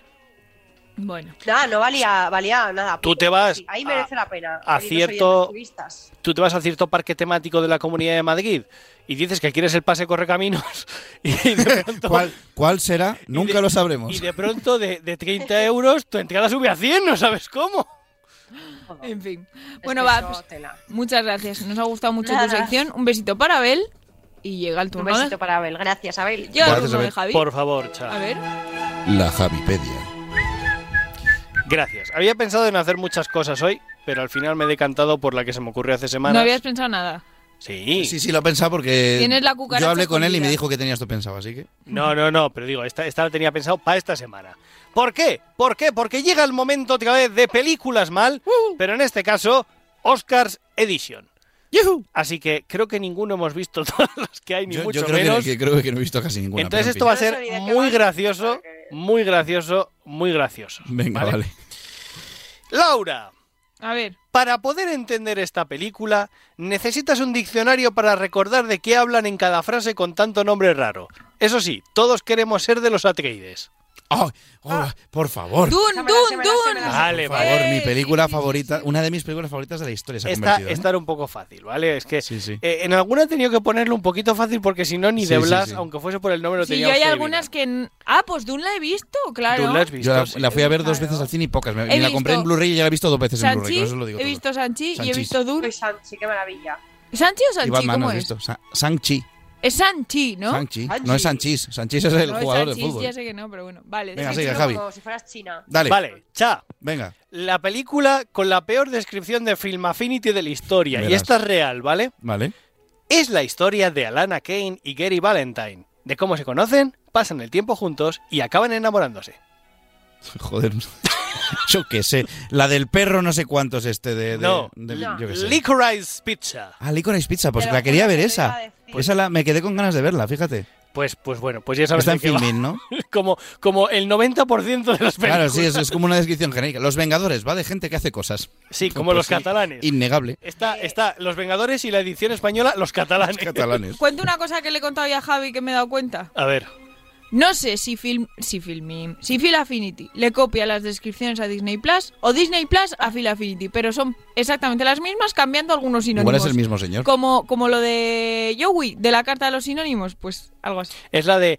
S13: Bueno.
S3: Nada, no valía, valía nada.
S2: Tú te vas
S3: Sí, ahí merece la pena.
S2: a
S3: queridos
S2: cierto-
S3: oyentes turistas.
S2: Tú te vas a cierto parque temático de la Comunidad de Madrid y dices que quieres el pase correcaminos y de pronto,
S1: ¿Cuál, cuál será? Nunca lo sabremos.
S2: y de, pronto de, de 30 euros tu entrada sube a 100, no sabes cómo.
S13: En fin. Bueno,
S3: que
S13: va.
S3: eso,
S13: pues,
S3: tela.
S13: muchas gracias. Nos ha gustado mucho tu
S3: Nada.
S13: sección. Un besito para Abel. Y llega el
S3: Un
S13: turno,
S3: besito para Abel. Gracias, Abel.
S13: de, llega el turno de Javi.
S2: Por favor, chao.
S13: A ver.
S1: La Javipedia.
S2: Gracias. Había pensado en hacer muchas cosas hoy, pero al final me he decantado por la que se me ocurrió hace semanas.
S13: No habías pensado nada.
S2: Sí.
S1: Sí, sí, lo he pensado porque
S13: Tienes la cucaracha
S1: yo hablé con él y me
S13: escondida.
S1: dijo que tenía esto pensado, así que...
S2: No, no, no, pero digo, esta, esta la tenía pensado para esta semana. ¿Por qué? ¿Por qué? Porque llega el momento otra vez de películas mal, pero en este caso, Oscars Edition. Así que creo que ninguno hemos visto todas las que hay, ni
S1: Yo,
S2: mucho
S1: yo creo, que-
S2: menos.
S1: que, creo que no he visto casi ninguna.
S2: Entonces
S1: pero
S2: esto va
S1: en
S2: a ser
S3: No sé ni de qué
S2: muy
S3: va.
S2: gracioso, muy gracioso, muy gracioso.
S1: fin. Venga, vale.
S2: Laura,
S13: A ver.
S2: para poder entender esta película, necesitas un diccionario para recordar de qué hablan en cada frase con tanto nombre raro. Eso sí, todos queremos ser de los Atreides.
S1: Ay, oh, Por favor.
S13: ¡Dun,
S3: Dámela,
S13: dun,
S3: dámela, dámela.
S13: dun!
S2: Vale,
S1: Por favor,
S2: vale.
S1: mi película favorita, una de mis películas favoritas de la historia se ha
S2: Esta,
S1: convertido. ¿eh?
S2: esta era un poco fácil, ¿vale? Es que
S1: Sí, sí.
S2: eh, en alguna he tenido que ponerlo un poquito fácil porque si no, ni
S1: Sí,
S2: de
S1: sí,
S2: Blas,
S1: sí.
S2: aunque fuese por el nombre, lo
S13: Sí, yo
S2: teníamos
S13: hay
S2: que
S13: algunas que. n- Ah, pues Dun la he visto,
S2: adivinar.
S13: claro.
S2: Tú la has
S1: Yo
S2: visto.
S1: la,
S2: sí.
S1: la fui a ver dos veces al cine y pocas. Me, me la
S13: visto-
S1: compré en Blueray y ya la he visto dos veces en Blu-ray.
S13: Sanchi,
S1: Con eso lo digo
S13: he
S1: todo.
S13: visto Sanchi y he
S1: Sanchis.
S13: visto Dun.
S3: Uy, Sanchi, qué maravilla.
S13: ¿Sanchi o
S1: Y
S13: Sanchi?
S1: Batman no
S13: ¿Cómo
S1: has
S13: es?
S1: visto. Sa- Sanchi.
S13: Es Sanchi, ¿no?
S1: Sanchi.
S3: Sanchi.
S1: No es Sanchis. Sanchis es el
S13: No, es
S1: jugador
S13: Sanchis,
S1: de fútbol.
S13: ya sé que no, pero bueno. Vale.
S1: Venga,
S13: sí.
S1: sigue,
S3: Chino
S1: Javi.
S3: Como si fueras china.
S1: Dale.
S2: Vale, cha.
S1: Venga.
S2: La película con la peor descripción de Film Affinity de la historia. Y
S1: Verás.
S2: esta es real, ¿vale?
S1: Vale.
S2: Es la historia de Alana Kane y Gary Valentine. De cómo se conocen, pasan el tiempo juntos y acaban enamorándose.
S1: Joder. yo qué sé. La del perro no sé cuántos este de... de-
S2: No.
S1: de-
S3: No.
S1: Yo qué sé.
S2: Licorice Pizza.
S1: Ah, Licorice Pizza. Pues
S3: Te lo
S1: la
S3: juro
S1: quería
S3: que
S1: ver
S3: te
S1: esa.
S3: iba a decir.
S1: Pues esa la, me quedé con ganas de verla, fíjate.
S2: Pues, pues bueno, pues ya sabes
S1: Está
S2: de
S1: en
S2: qué va.
S1: filming, ¿no?
S2: Como, como el 90% de las películas.
S1: Claro, sí, es, es como una descripción genérica. Los Vengadores, va de gente que hace cosas.
S2: Sí, como
S1: Pues
S2: los
S1: sí,
S2: catalanes.
S1: Innegable.
S2: Está,
S13: Eh,
S2: está Los Vengadores y la edición española, Los Catalanes.
S1: Catalanes.
S13: Cuento una cosa que le he contado ya a Javi que me he dado cuenta.
S2: A ver,
S13: No sé si Film, si Filmim, si Film Affinity le copia las descripciones a Disney Plus o Disney Plus a Film Affinity, pero son exactamente las mismas cambiando algunos sinónimos.
S1: Igual es el mismo señor.
S13: Como, como lo de Joey, de la carta de los sinónimos, pues algo así.
S2: es la de.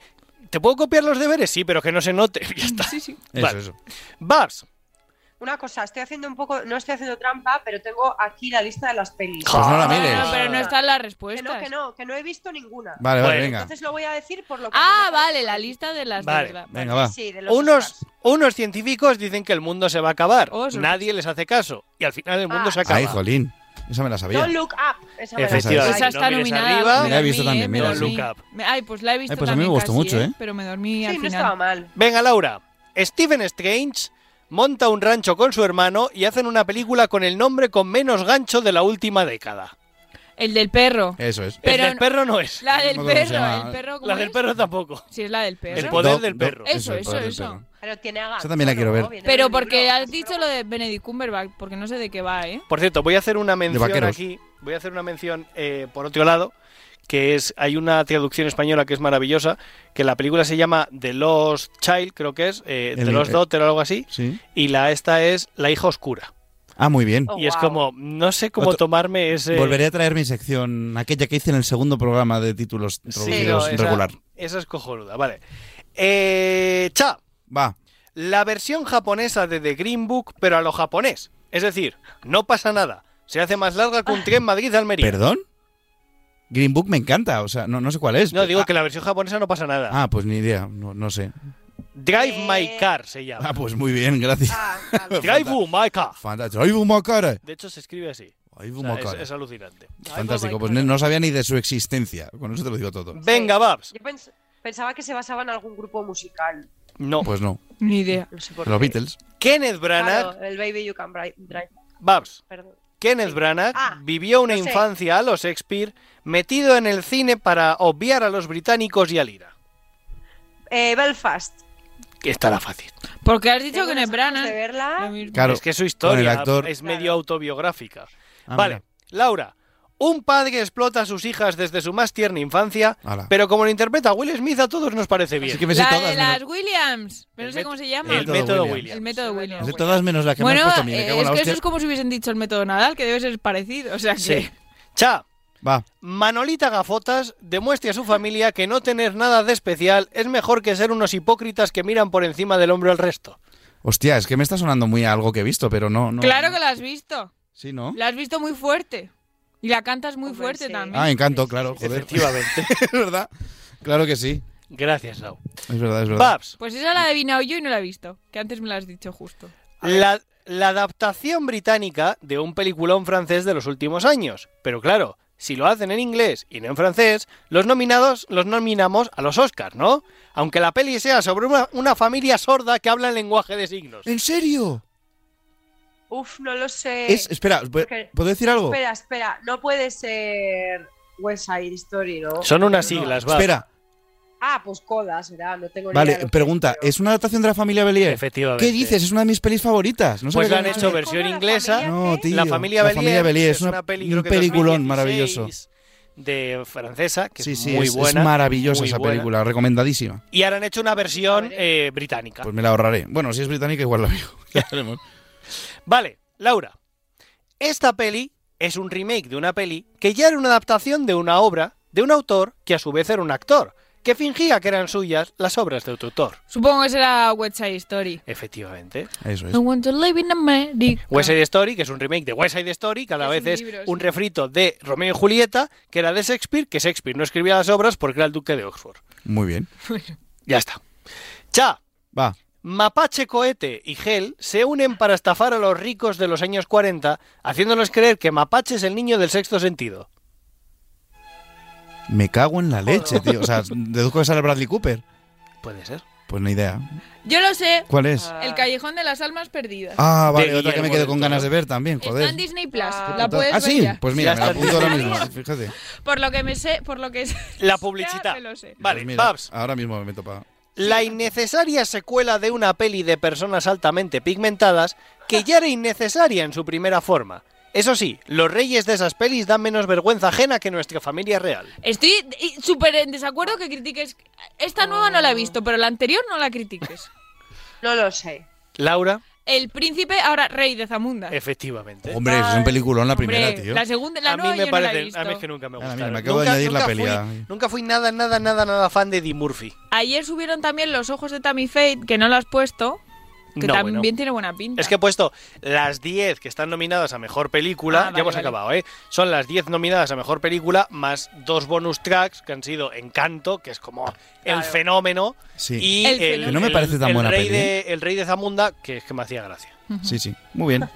S2: ¿Te puedo copiar los deberes? Sí, pero que no se note. Ya está.
S13: Sí, sí.
S1: Eso,
S2: Vale.
S1: eso.
S2: Bars.
S3: Una cosa, estoy haciendo un poco, no estoy haciendo trampa, pero tengo aquí la lista de las pelis.
S1: Pues no la mires.
S13: No, Ah, pero no están las
S3: Que no,
S13: respuestas.
S3: que no, que no he visto ninguna.
S1: Vale, vale,
S2: Bueno.
S1: venga.
S3: Entonces lo voy a decir por lo que.
S13: Ah,
S3: no me
S13: vale, la lista de las
S2: Vale.
S13: de verdad.
S1: Venga, va.
S3: Sí, de los
S2: Unos,
S3: Oscars.
S2: unos científicos dicen que el mundo se va a acabar.
S13: Oh, sorpresa.
S2: Nadie les hace caso. Y al final el mundo
S3: Ah.
S2: se acaba.
S1: Ay, jolín. Esa me la sabía.
S3: Don't look up. Esa me la sé.
S2: Efectivamente.
S13: Esa
S2: si no
S13: está
S2: mires
S13: nominada.
S2: arriba-
S13: me
S1: La he
S13: dormí,
S1: visto
S13: eh,
S1: también,
S13: me
S1: mira,
S13: dormí.
S2: sí. Look
S13: Me- Ay, pues la he visto
S1: Ay, pues a mí
S13: también
S1: me gustó
S13: casi,
S1: mucho, ¿eh?
S13: Pero me dormí
S3: Sí,
S13: al
S3: no
S13: final.
S3: estaba mal.
S2: Venga, Laura. Stephen Strange monta un rancho con su hermano y hacen una película con el nombre con menos gancho de la última década.
S13: El del perro.
S1: Eso es.
S13: Pero
S2: el del
S13: no-
S2: perro no es.
S13: La del
S1: Eh, No me acuerdo cómo se
S13: perro,
S1: llama.
S13: el perro. ¿cómo
S2: La del
S13: es?
S2: perro tampoco.
S13: Sí, es la del perro.
S2: El poder del perro.
S13: Eso,
S1: el poder
S13: eso,
S1: del
S13: eso.
S3: Pero tiene haga.
S1: Esa también la quiero ver.
S13: Pero porque has dicho lo de Benedict Cumberbatch, porque no sé de qué va, ¿eh?
S2: Por cierto, voy a hacer una mención
S1: vaqueros.
S2: aquí. Voy a hacer una mención eh, por otro lado, que es hay una traducción española que es maravillosa, que la película se llama The Lost Child, creo que es, eh,
S1: El-
S2: The Lost
S1: eh.
S2: Daughter o algo así,
S1: Sí.
S2: y la esta es La hija oscura.
S1: Ah, muy bien.
S3: Oh,
S2: y es
S3: wow.
S2: como no sé cómo
S1: Otro-
S2: tomarme ese
S1: Volveré a traer mi sección, aquella que hice en el segundo programa de títulos
S2: Sí,
S1: traducidos
S2: no, esa-
S1: regular.
S2: Esa es cojonuda, vale. Eh, cha,
S1: Va.
S2: la versión japonesa de The Green Book, pero a lo japonés. Es decir, no pasa nada. Se hace más larga
S1: Ah.
S2: que un tren Madrid-Almería.
S1: ¿Perdón? Green Book me encanta, o sea, no, no sé cuál es.
S2: No, digo
S1: Ah,
S2: que la versión japonesa no pasa nada.
S1: Ah, pues ni idea, no, no sé.
S2: Drive My
S3: Eh.
S2: Car se llama.
S1: Ah, pues muy bien, gracias.
S3: Ah, vale.
S2: Drive My Car.
S1: Fantástico. ¡Ay, Bumacara!
S2: De hecho, se escribe así.
S1: ¡Ay,
S2: O sea, es,
S1: Bumacara!
S2: es alucinante.
S1: Fantástico, pues no sabía ni de su existencia. Con eso te lo digo todo.
S2: Venga, Babs.
S3: Yo pens- pensaba que se basaba en algún grupo musical.
S2: No.
S1: Pues no,
S13: Ni idea.
S3: No sé por
S1: los
S3: qué.
S1: Beatles.
S2: Kenneth
S3: Claro,
S2: Branagh.
S3: el Baby You Can Bri- Drive.
S2: Babs.
S3: Perdón.
S2: Kenneth Branagh
S3: Ah,
S2: vivió una
S3: lo sé.
S2: infancia a los Shakespeare metido en el cine para obviar a los británicos y al IRA.
S3: Eh, Belfast.
S2: Que estará fácil.
S13: Porque has dicho
S3: Tengo
S13: que
S3: unas
S13: Nebrana.
S3: ganas de verla.
S13: lo mismo.
S1: Claro.
S2: Es que su
S1: con el
S2: historia
S1: actor-
S2: es medio autobiográfica.
S1: Ah,
S2: vale,
S1: mira.
S2: Laura, Un padre explota a sus hijas desde su más tierna infancia,
S1: Ala.
S2: pero como lo interpreta Will Smith a todos nos parece bien.
S1: Ah. que me sé
S13: la
S1: todas,
S13: de
S1: ¿no?
S13: las Williams. Pero no sé cómo se llama.
S2: el método método Williams. Williams.
S13: El método Williams.
S1: De todas menos la que me
S13: Bueno,
S1: has puesto a mí. me
S13: eh,
S1: cago en
S13: es
S1: la
S13: que
S1: hostia.
S13: eso es como si hubiesen dicho el método Nadal, que debe ser parecido. O sea que.
S2: Sí. Cha,
S1: Va.
S2: Manolita Gafotas demuestre a su familia que no tener nada de especial es mejor que ser unos hipócritas que miran por encima del hombro al resto.
S1: Hostia, es que me está sonando muy a algo que he visto, pero no. no
S13: claro que la has visto.
S1: Sí, ¿no?
S13: La has visto muy fuerte. Y la cantas muy fuerte también.
S1: Ah, encanto, claro, joder.
S2: Efectivamente.
S1: es verdad. Claro que sí.
S2: Gracias, Lau.
S1: Es verdad, es verdad.
S2: Paps,
S13: Pues esa la he adivinado yo y no la he visto. Que antes me la has dicho justo.
S2: la, la adaptación británica de un peliculón francés de los últimos años. Pero claro, si lo hacen en inglés y no en francés, los nominados los nominamos a los Oscars, ¿no? Aunque la peli sea sobre una, una familia sorda que habla en lenguaje de signos.
S1: ¿En serio?
S3: Uf, no lo
S13: Eh,
S3: sé.
S1: Es- espera, ¿pu-
S3: Porque-
S1: ¿puedo decir algo?
S3: Espera, espera. No puede ser West Side Story, ¿no?
S2: Son unas siglas, va.
S1: Espera,
S3: Ah, pues codas, ¿verdad? No tengo ni idea de
S1: vale,
S3: lo que-
S1: pregunta. ¿Es una adaptación de la familia Belier?
S2: Efectivamente.
S1: ¿Qué dices? Es una de mis pelis favoritas. No
S2: pues
S1: sabía
S2: la
S1: que
S2: han
S1: era-
S2: hecho versión inglesa.
S1: No, tío.
S2: la familia Bellier,
S1: es una,
S2: peli, creo
S1: un
S2: que
S1: peliculón
S2: 2016,
S1: maravilloso.
S2: De francesa, que
S1: Sí,
S2: es
S1: sí,
S2: muy
S1: es, es
S2: buena.
S1: maravillosa
S2: muy
S1: esa
S2: buena.
S1: película, recomendadísima.
S2: Y ahora han hecho una versión eh, británica.
S1: Pues me la ahorraré. Bueno, si es británica, igual la veo. Ya veremos.
S2: Vale, Laura. Esta peli es un remake de una peli que ya era una adaptación de una obra de un autor que a su vez era un actor, que fingía que eran suyas las obras de otro autor.
S13: Supongo que será West Side Story.
S2: Efectivamente.
S1: Eso
S13: I want to live in America.
S2: West Side Story, que es un remake de West Side Story, que a la vez
S13: un
S2: es
S13: libro, sí.
S2: un refrito de Romeo y Julieta, que era de Shakespeare, que Shakespeare no escribía las obras porque era el duque de Oxford.
S1: Muy bien.
S2: Ya está. Cha,
S1: Va.
S2: Mapache Cohete y Gel se unen para estafar a los ricos de los años 40, haciéndoles creer que Mapache es el niño del sexto sentido.
S1: Me cago en la leche, tío. O sea, deduzco que sale Bradley Cooper.
S2: Puede ser.
S1: Pues ni idea.
S13: Yo lo sé.
S1: ¿Cuál es?
S13: El Callejón de las Almas Perdidas.
S1: Ah, vale,
S2: De
S1: otra que me
S2: Guillermo
S1: quedo
S2: del
S1: con
S2: Toro.
S1: ganas de ver también,
S13: Está en
S1: joder.
S13: Disney Plus. la puedes
S1: Ah,
S13: ver
S1: sí,
S13: ya.
S1: pues mira,
S2: Ya
S1: me la
S2: está.
S1: apunto ahora mismo, fíjate.
S13: Por lo que me sé, por lo que sé.
S2: La publicidad.
S13: me lo sé.
S2: Vale,
S1: Pues mira,
S2: Babs.
S1: Ahora mismo me meto para...
S2: La innecesaria secuela de una peli de personas altamente pigmentadas que ya era innecesaria en su primera forma. Eso sí, los reyes de esas pelis dan menos vergüenza ajena que nuestra familia real.
S13: Estoy eh, súper en desacuerdo que critiques. Esta nueva no la he visto, pero la anterior no la critiques.
S3: No lo sé.
S2: Laura,
S13: El príncipe, ahora rey de
S2: Ah.
S13: Zamunda.
S2: efectivamente.
S1: Hombre, es un peliculón la primera,
S13: Hombre,
S1: tío.
S13: la segunda, la
S2: a mí
S13: nueva
S2: me
S13: yo no la he
S2: parece,
S13: visto.
S2: a mí es que nunca me
S1: Ah, mira,
S2: gustaron.
S1: me acabo de
S2: Nunca-
S1: añadir la
S2: nunca
S1: peli,
S2: fui-
S1: ah.
S2: nunca fui nada, nada, nada, nada fan de Eddie Murphy.
S13: Ayer subieron también los ojos de Tammy Faye, que no lo has puesto, que
S2: No,
S13: también
S2: bueno.
S13: tiene buena pinta.
S2: Es que he puesto las 10 que están nominadas a mejor película.
S13: Ah,
S2: ya
S13: vale,
S2: hemos
S13: vale.
S2: acabado, ¿eh? Son las 10 nominadas a mejor película más dos bonus tracks que han sido Encanto, que es como el fenómeno.
S1: Sí.
S2: Y
S13: El
S2: el,
S13: fenómeno.
S1: Que no me parece tan
S2: el
S1: buena
S2: rey
S1: peli, ¿eh?
S2: De, el rey de Zamunda, que es que me hacía gracia.
S1: Sí, sí. Muy bien.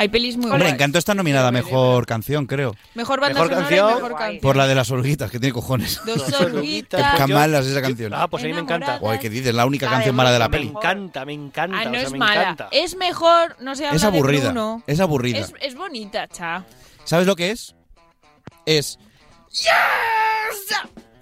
S13: Hay pelis muy
S1: Hombre, este
S13: buenas.
S1: Encanto está nominada a Mejor Canción, creo.
S13: Mejor banda
S2: Mejor
S13: sonora
S2: canción.
S13: y mejor canción.
S1: Por la de las oruguitas, que tiene cojones.
S13: Dos
S1: Que
S13: oruguitas.
S1: pica malas esa canción.
S2: Ah, pues a mí me encanta.
S1: Guay, que dices, la única
S3: Además,
S1: canción mala de la
S2: Me
S1: peli.
S2: encanta, me encanta.
S13: Ah,
S2: o
S13: no
S2: sea,
S13: es
S2: me
S13: mala.
S2: encanta.
S13: Es mejor, no se habla
S1: Es
S13: de
S1: aburrida.
S13: Bruno.
S1: Es aburrida.
S13: Es, es bonita, cha.
S1: ¿Sabes lo que es? Es.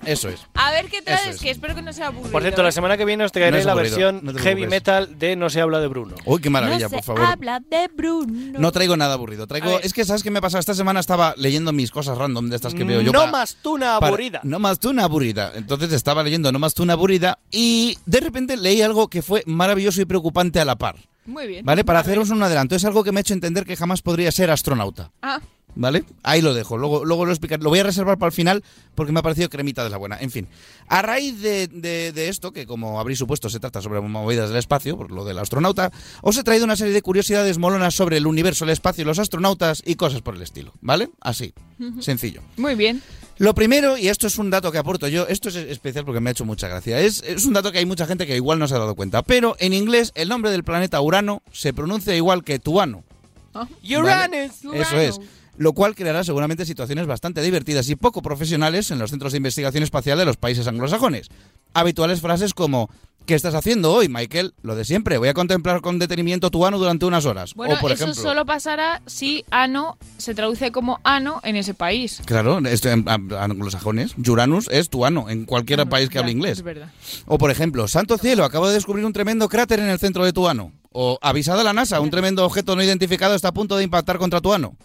S1: Eso es.
S13: A ver qué traes,
S1: Eso es.
S13: que espero que no sea aburrido.
S2: Por cierto, la semana que viene os traeré
S1: No es
S2: la
S1: aburrido,
S2: versión
S1: no te
S2: heavy
S1: preocupes.
S2: metal de No se habla de Bruno.
S1: Uy, qué maravilla,
S13: no se
S1: por favor.
S13: habla de Bruno.
S1: No traigo nada aburrido.
S13: A
S1: Traigo.
S13: ver.
S1: Es que, ¿sabes qué me ha pasado? Esta semana estaba leyendo mis cosas random de estas que veo yo.
S2: no
S1: para-
S2: más tú una
S1: para-
S2: aburrida.
S1: no más tú una aburrida. Entonces estaba leyendo No más tú una aburrida y de repente leí algo que fue maravilloso y preocupante a la par.
S13: Muy bien.
S1: ¿Vale? Para haceros un adelanto. Es algo que me ha hecho entender que jamás podría ser astronauta.
S13: Ah,
S1: ¿Vale? Ahí lo dejo. Luego, luego lo explicaré. Lo voy a reservar para el final porque me ha parecido cremita de la buena. En fin. A raíz de, de- de esto, que como habréis supuesto se trata sobre movidas del espacio, por lo del astronauta, os he traído una serie de curiosidades molonas sobre el universo, el espacio, los astronautas y cosas por el estilo. ¿Vale? Así. Sencillo.
S13: muy bien.
S1: Lo primero, y esto es un dato que aporto yo, esto es especial porque me ha hecho mucha gracia, es, es un dato que hay mucha gente que igual no se ha dado cuenta, pero en inglés el nombre del planeta Urano se pronuncia igual que Tuano.
S13: Ah.
S2: Uranus.
S1: Eso es. Lo cual creará seguramente situaciones bastante divertidas y poco profesionales en los centros de investigación espacial de los países anglosajones. Habituales frases como ¿Qué estás haciendo hoy, Michael? Lo de siempre. Voy a contemplar con detenimiento tu ano durante unas horas.
S13: Bueno,
S1: o por
S13: eso
S1: ejemplo.
S13: solo pasará si ano se traduce como ano en ese país.
S1: Claro, esto en en anglosajones. Uranus es tu ano en cualquier país que hable
S13: Ya,
S1: inglés.
S13: Es verdad.
S1: O por ejemplo, santo cielo, acabo de descubrir un tremendo cráter en el centro de tu ano. O avisada la NASA, un tremendo objeto no identificado está a punto de impactar contra tu ano.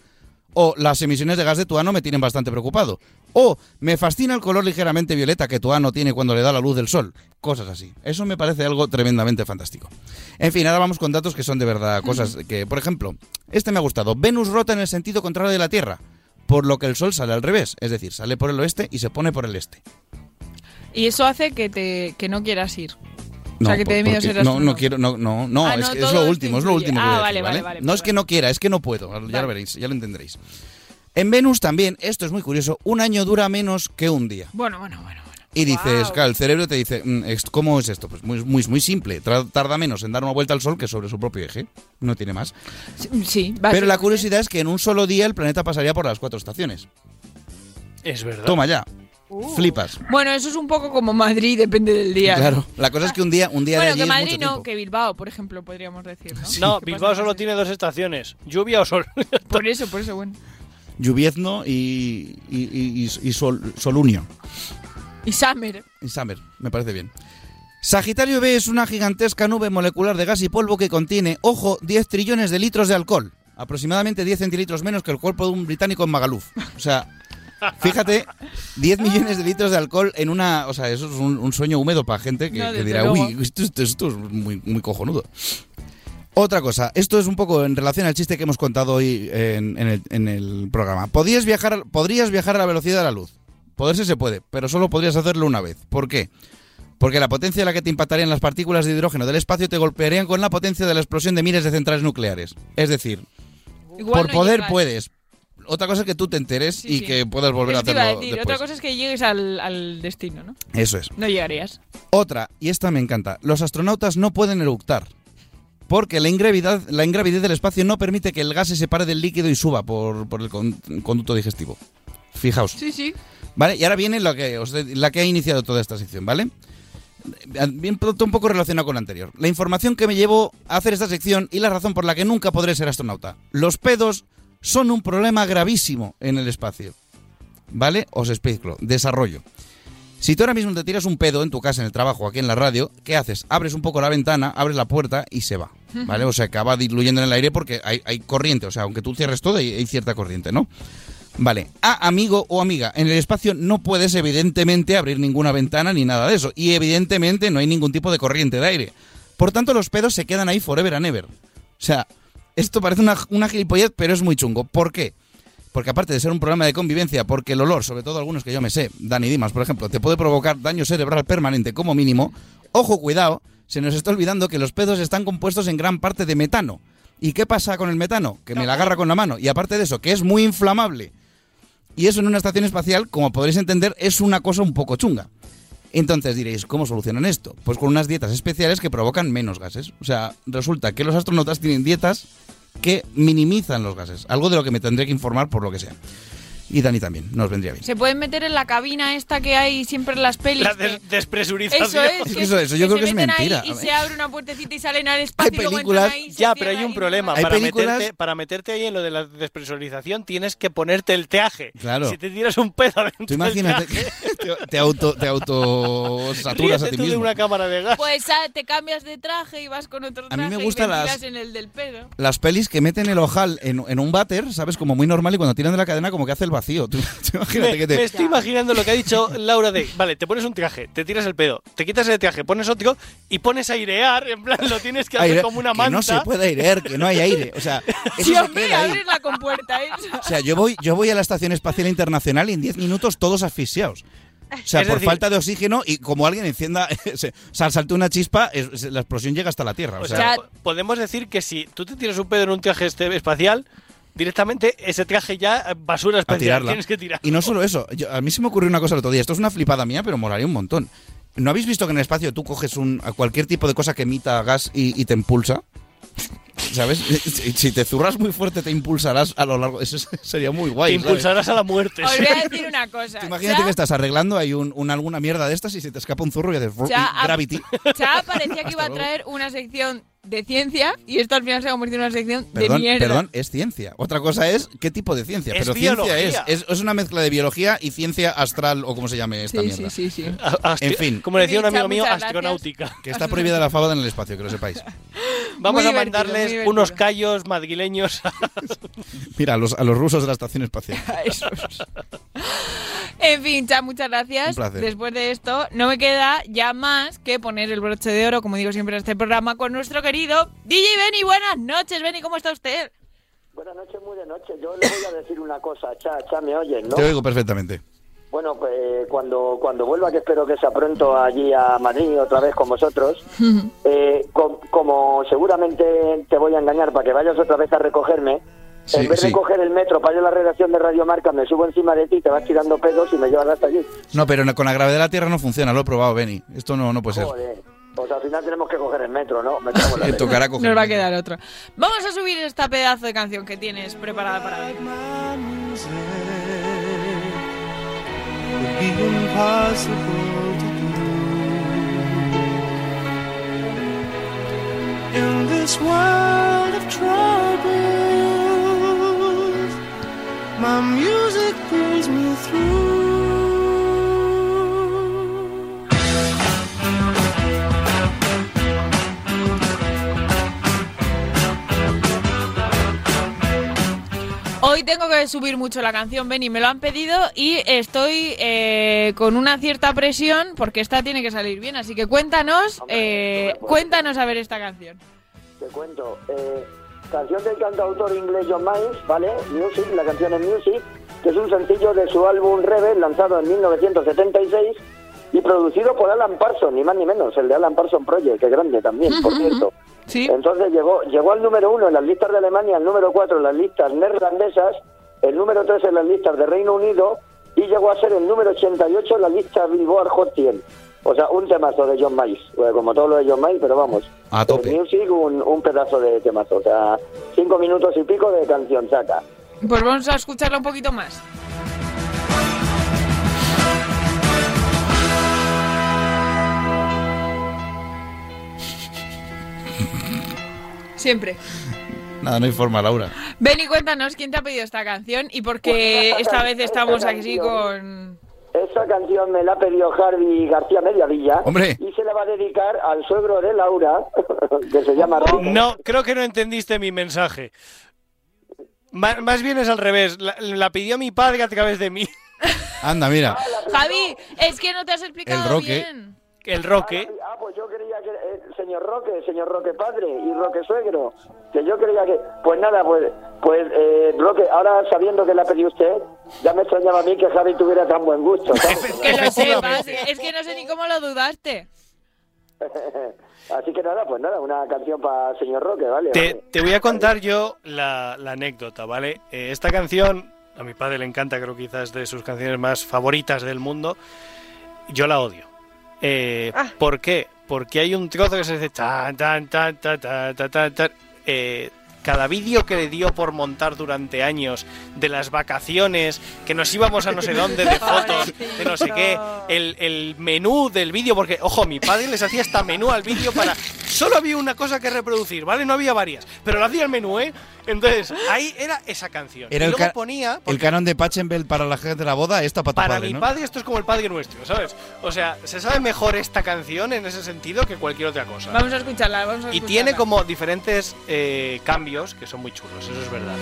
S1: o las emisiones de gas de tuano me tienen bastante preocupado, o me fascina el color ligeramente violeta que tuano tiene cuando le da la luz del sol, cosas así. Eso me parece algo tremendamente fantástico. En fin, ahora vamos con datos que son de verdad cosas que, por ejemplo, este me ha gustado. Venus rota en el sentido contrario de la Tierra, por lo que el sol sale al revés, es decir, sale por el oeste y se pone por el este.
S13: Y eso hace que, te, que no quieras ir.
S1: No,
S13: o sea, que te dé miedo
S1: porque-
S13: ser
S1: no, no
S13: astrónomo.
S1: quiero, no, no, no,
S13: Ah,
S1: es,
S13: no,
S1: que es
S13: todo
S1: lo
S13: esto
S1: último, es lo
S13: influye.
S1: último que voy a
S13: Ah,
S1: decir,
S13: vale, vale, vale,
S1: No es que no quiera, es que no puedo, ya
S13: Vale.
S1: lo veréis, ya lo entenderéis. En Venus también, esto es muy curioso, un año dura menos que un día.
S13: Bueno, bueno, bueno.
S1: Y dices, claro, el cerebro te dice, "Mm, ex- ¿cómo es esto? Pues muy, muy, muy simple, tra- tarda menos en dar una vuelta al Sol que sobre su propio eje, no tiene más.
S13: Sí, Sí, va a
S1: Pero
S13: ser-
S1: la curiosidad es que en un solo día el planeta pasaría por las cuatro estaciones.
S2: Es verdad.
S1: Toma ya,
S3: Uh.
S13: Uh.
S1: flipas.
S13: Bueno, eso es un poco como Madrid, depende del día. ¿no?
S1: Claro, la cosa es que un día, un día
S13: Bueno,
S1: de
S13: que
S1: allí es
S13: Madrid
S1: mucho
S13: no,
S1: tiempo.
S13: que Bilbao, por ejemplo, podríamos decir. ¿no?
S2: No,
S13: ¿Qué pasa?
S2: Bilbao solo tiene dos estaciones, lluvia o sol.
S13: Por eso, por eso, bueno.
S1: Lluviezno y, y, y- y- y sol- solunio.
S13: Y Summer.
S1: Y Summer, me parece bien. Sagitario B es una gigantesca nube molecular de gas y polvo que contiene, ojo, 10 trillones de litros de alcohol. Aproximadamente 10 centilitros menos que el cuerpo de un británico en Magaluf. O sea, fíjate, 10
S13: Ah.
S1: millones de litros de alcohol en una... O sea, eso es un, un sueño húmedo para gente que,
S13: No,
S1: que
S13: desde
S1: dirá,
S13: luego.
S1: uy, esto, esto- esto es muy, muy cojonudo. Otra cosa, esto es un poco en relación al chiste que hemos contado hoy en, en el, en el programa. ¿Podrías viajar, al- podrías viajar a la velocidad de la luz. Poderse se puede, pero solo podrías hacerlo una vez. ¿Por qué? Porque la potencia a la que te impactarían las partículas de hidrógeno del espacio te golpearían con la potencia de la explosión de miles de centrales nucleares. Es decir,
S13: Igual
S1: por
S13: no
S1: poder
S13: llegas.
S1: puedes. Otra cosa es que tú te enteres y que puedas volver
S13: Eso
S1: a
S13: te iba
S1: hacerlo
S13: a decir.
S1: después.
S13: Otra cosa es que llegues al, al destino, ¿no?
S1: Eso es.
S13: No llegarías.
S1: Otra, y esta me encanta. Los astronautas no pueden eructar. Porque la ingravidez, la ingravidez del espacio no permite que el gas se separe del líquido y suba por, por el con- conducto digestivo. Fijaos.
S13: Sí, sí.
S1: ¿Vale? Y ahora viene la que, os de- la que ha iniciado toda esta sección, ¿vale? Eh, Bien pronto un poco relacionado con la anterior. La información que me llevó a hacer esta sección y la razón por la que nunca podré ser astronauta. Los pedos son un problema gravísimo en el espacio. ¿Vale? Os explico. Desarrollo. Si tú ahora mismo te tiras un pedo en tu casa, en el trabajo, aquí en la radio, ¿qué haces? Abres un poco la ventana, abres la puerta y se va. ¿Vale? O sea, acaba diluyendo en el aire porque hay, hay corriente. O sea, aunque tú cierres todo, hay, hay cierta corriente, ¿no? Vale. A amigo o amiga, en el espacio no puedes evidentemente abrir ninguna ventana ni nada de eso. Y evidentemente no hay ningún tipo de corriente de aire. Por tanto, los pedos se quedan ahí forever and ever. O sea, esto parece una, una gilipollez, pero es muy chungo. ¿Por qué? Porque aparte de ser un problema de convivencia, porque el olor, sobre todo algunos que yo me sé, Dani Dimas, por ejemplo, te puede provocar daño cerebral permanente como mínimo, ojo, cuidado, se nos está olvidando que los pedos están compuestos en gran parte de metano. ¿Y qué pasa con el metano? Que me la agarra con la mano. Y aparte de eso, que es muy inflamable. Y eso en una estación espacial, como podréis entender, es una cosa un poco chunga. Entonces diréis, ¿cómo solucionan esto? Pues con unas dietas especiales que provocan menos gases. O sea, resulta que los astronautas tienen dietas que minimizan los gases. Algo de lo que me tendré que informar por lo que sea. Y Dani también, nos vendría bien.
S13: Se pueden meter en la cabina esta que hay siempre en las pelis.
S2: La
S13: que-
S2: des-
S13: Eso
S2: despresurización.
S13: es.
S1: Eso- eso yo creo
S13: se
S1: que es
S13: meten ahí
S1: mentira.
S13: Y se abre una puertecita y salen al espacio. y luego entran ahí y se
S2: ya, pero
S13: cierra
S2: hay un
S13: y-
S2: problema.
S1: Hay
S2: para,
S1: películas-
S2: meterte, para meterte ahí en lo de la despresurización tienes que ponerte el teaje.
S1: Claro.
S2: Si te tiras un pedo dentro
S1: Tú imagínate
S2: del teaje,
S1: Te, te auto te autosaturas a
S2: pues ríete
S1: ti
S2: tú de
S1: mismo.
S2: una cámara de gas.
S13: Pues ah, te cambias de traje y vas con otro
S1: A
S13: traje
S1: mí me gusta
S13: y
S1: las-
S13: ventilas en el del pedo.
S1: Las pelis que meten el ojal en, en un váter, ¿sabes? Como muy normal y cuando tiran de la cadena como que hace el vacío. Tú- tú imagínate
S2: me,
S1: que te...
S2: me estoy imaginando lo que ha dicho Laura de, vale, te pones un traje, te tiras el pedo, te quitas el traje, pones otro y pones a airear, en plan, lo tienes que hacer
S1: Aire-
S2: como una
S1: que
S2: manta.
S1: no se puede airear, que no hay aire. O sea, eso
S13: Dios
S1: se
S13: mío,
S1: queda ahí.
S13: abres la compuerta, ¿eh?
S1: O sea, yo voy, yo voy a la Estación Espacial Internacional y en 10 minutos todos asfixiados. O sea,
S2: Es
S1: por
S2: decir-
S1: falta de oxígeno y como alguien encienda, se, se salte una chispa, es- es- la explosión llega hasta la Tierra. O
S2: O
S1: sea,
S2: sea, po- podemos decir que si tú te tiras un pedo en un traje este espacial, directamente ese traje ya eh, basura
S1: a
S2: espacial
S1: tirarla.
S2: tienes que tirar.
S1: Y no solo eso, yo- a mí se me ocurrió una cosa el otro día, esto es una flipada mía, pero molaría un montón. ¿No habéis visto que en el espacio tú coges un, a cualquier tipo de cosa que emita gas y, y te impulsa? ¿Sabes? Si, si te zurras muy fuerte te impulsarás a lo largo... Eso es- sería muy guay.
S2: te
S1: ¿sabes?
S2: impulsarás a la muerte.
S13: Os voy a decir una cosa.
S1: Imagínate que estás arreglando, hay un, un- alguna mierda de estas y se te escapa un zurro y haces...
S13: Ya,
S1: y gravity.
S13: Cha parecía que iba
S1: Hasta
S13: a
S1: luego.
S13: traer una sección de ciencia y esto al final se ha convertido en una sección de
S1: Perdón,
S13: mierda.
S1: perdón, es ciencia. Otra cosa es qué tipo de ciencia.
S2: Es
S1: pero
S2: biología.
S1: ciencia es, es. Es una mezcla de biología y ciencia astral o como se llame esta
S13: Sí,
S1: mierda.
S13: sí, sí, sí.
S1: En fin.
S2: Como decía un amigo mío,
S13: muchas gracias.
S2: astronáutica.
S1: Que está prohibida la fábada en el espacio, que lo sepáis.
S2: Vamos
S13: Muy
S2: a
S13: divertido, muy
S2: mandarles
S13: divertido.
S2: unos callos madrileños.
S1: Mira, a los, a los rusos de la estación espacial.
S13: En fin, Cha, muchas gracias.
S1: Un placer.
S13: Después de esto, no me queda ya más que poner el broche de oro, como digo siempre en este programa, con nuestro querido DJ Benny. Buenas noches, Benny, ¿cómo está usted?
S15: Buenas noches, muy de noche. Yo le voy a decir una cosa, cha, cha, me oyes, ¿no?
S1: Te oigo perfectamente.
S15: Bueno, pues cuando, cuando vuelva, que espero que sea pronto allí a Madrid otra vez con vosotros, eh, com- como seguramente te voy a engañar para que vayas otra vez a recogerme,
S1: Sí,
S15: en vez de
S1: sí.
S15: coger el metro para ir a la redacción de Radio Marca, me subo encima de ti, te vas tirando pedos y me llevas hasta allí.
S1: No, pero no- con la gravedad de la Tierra no funciona, lo he probado, Benny. Esto no, no puede ser.
S15: Joder. Pues al final tenemos que coger el metro, ¿no? Me cago en la
S1: Te
S15: leche.
S1: tocará coger.
S13: Nos va a quedar otro. Vamos a subir esta pedazo de canción que tienes preparada para hoy.
S10: would be impossible to do. In this world of troubles, my music brings me through.
S13: Hoy tengo que subir mucho la canción, Benny, me lo han pedido y estoy eh, con una cierta presión porque esta tiene que salir bien. Así que cuéntanos, eh, cuéntanos a ver esta canción.
S15: Te cuento. eh, canción del cantautor inglés John Miles, ¿vale? Music, la canción es Music, que es un sencillo de su álbum Rebel, lanzado en 1976 y producido por Alan Parsons, ni más ni menos, el de Alan Parsons Project, que grande también, por cierto. Entonces llegó, llegó al número uno en las listas de Alemania, al número cuatro en las listas neerlandesas, el número tres en las listas de Reino Unido y llegó a ser el número 88 en la lista Billboard Hot 100. O sea, un temazo de John Miles, eh, como todo lo de John Miles, pero vamos.
S1: A tope.
S15: Eh, Music, un, un pedazo de temazo. O sea, cinco minutos y pico de canción saca.
S13: Pues vamos a escucharla un poquito más. Siempre.
S1: Nada, no hay forma, Laura.
S13: Benny, cuéntanos quién te ha pedido esta canción y por qué esta vez estamos aquí con...
S15: Esa canción me la pidió Harvey García Mediavilla.
S2: Hombre.
S15: Y se la va a dedicar al suegro de Laura, que se llama Rico.
S2: No, creo que no entendiste mi mensaje. Má- Más, bien es al revés. La, la pidió mi padre a través de mí.
S1: Anda, mira.
S13: Javi, es que no te has explicado
S1: El Roque.
S13: bien.
S2: El Roque.
S15: Ah, pues yo creía que eh, señor Roque, señor Roque padre y Roque suegro, que yo creía que, pues nada, pues, pues eh, Roque, ahora sabiendo que la pedí usted, ya me extrañaba a mí que Javi tuviera tan buen gusto. ¿sabes?
S13: Que lo sepas, es que no sé ni cómo lo dudaste.
S15: Así que nada, pues nada, una canción para señor Roque, ¿vale?
S2: Te, te voy a contar yo la, la anécdota, ¿vale? Eh, esta canción, a mi padre le encanta, creo quizás de sus canciones más favoritas del mundo. Yo la odio. Eh,
S15: Ah.
S2: ¿Por qué? Porque hay un trozo que se dice tan, tan, tan, tan, tan, tan, tan, tan. Eh, cada vídeo que le dio por montar durante años de las vacaciones, que nos íbamos a no sé dónde, de fotos, de no sé qué, el, el menú del vídeo, porque, ojo, mi padre les hacía hasta menú al vídeo para... Solo había una cosa que reproducir, ¿vale? No había varias, pero lo hacía el menú, ¿eh? Entonces, ahí era esa canción.
S1: Era
S2: y
S1: el,
S2: luego
S1: ca-
S2: ponía...
S1: el canon de Pachenbel para la gente de la boda, esta para tu
S2: Para
S1: padre,
S2: mi
S1: ¿no?
S2: padre esto es como el padre nuestro, ¿sabes? O sea, se sabe mejor esta canción en ese sentido que cualquier otra cosa.
S13: Vamos a escucharla, vamos a
S2: y
S13: escucharla.
S2: tiene como diferentes eh, cambios que son muy chulos, eso es verdad.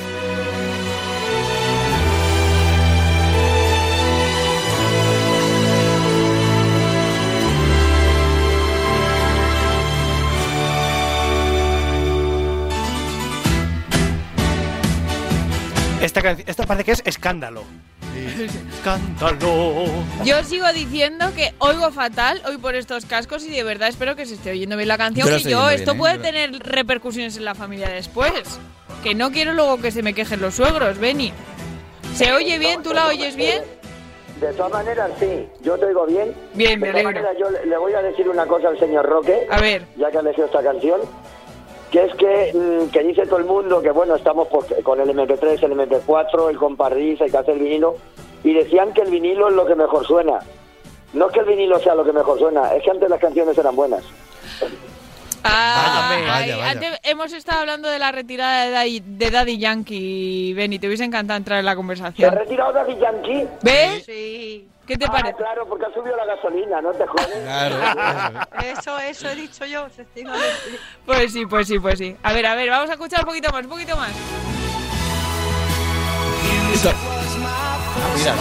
S2: Esta, canci- esta parte que es escándalo. Escándalo.
S13: Yo sigo diciendo que oigo fatal hoy por estos cascos y de verdad espero que se esté oyendo bien la canción.
S2: Yo la
S13: Que
S2: estoy
S13: yo,
S2: oyendo
S13: esto
S2: bien, ¿eh?
S13: puede
S2: Yo la-
S13: tener repercusiones en la familia después. Que no quiero luego que se me quejen los suegros, Benny. ¿Se oye bien? ¿Tú la oyes bien?
S15: De todas maneras, sí, yo te oigo bien.
S13: Bien,
S15: De
S13: me
S15: todas
S13: alegro.
S15: maneras, yo le le voy a decir una cosa al señor Roque.
S13: A ver.
S15: Ya que ha elegido esta canción. Que es que, mm, que dice todo el mundo que, bueno, estamos por- con el MP3, el MP4, el comparrisa, hay que hacer vinilo. Y decían que el vinilo es lo que mejor suena. No es que el vinilo sea lo que mejor suena, es que antes las canciones eran buenas.
S13: Ah,
S1: Vaya,
S13: ay,
S1: vaya, vaya.
S13: antes hemos estado hablando de la retirada de Daddy, de Daddy Yankee, Benny. Te hubiese encantado entrar en la
S15: ¿Te ha
S13: conversación.
S15: retirado Daddy Yankee?
S13: ¿Ves?
S3: Sí.
S13: ¿Qué te
S15: Ah,
S13: parece?
S15: claro, porque ha subido la gasolina, no te jodes.
S3: Eso, eso he dicho yo, efectivamente.
S13: Pues sí, pues sí, pues sí. A ver, a ver, vamos a escuchar un poquito más, un poquito más.
S1: Mira,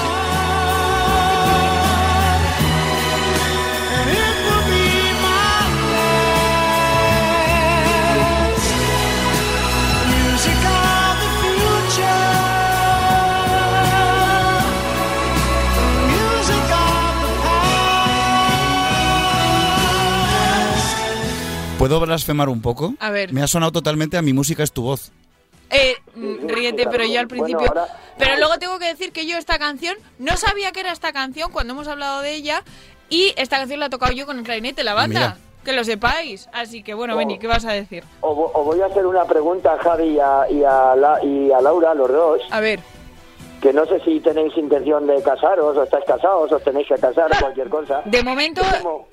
S1: ¿Puedo blasfemar un poco?
S13: A ver.
S1: Me ha sonado totalmente a mi música es tu voz.
S13: Eh, mm, ríete, pero yo al
S15: Bueno,
S13: principio.
S15: ahora-
S13: Pero luego tengo que decir que yo esta canción no sabía que era esta canción cuando hemos hablado de ella y esta canción la he tocado yo con el clarinete, la banda.
S15: Mira.
S13: Que lo sepáis. Así que bueno,
S15: Oh.
S13: Benny, ¿qué vas a decir?
S15: Os vo- os voy a hacer una pregunta a Javi y a, y a La- y a Laura, los dos,
S13: A ver.
S15: que no sé si tenéis intención de casaros, o estáis casados, os tenéis que casar, cualquier cosa.
S13: De momento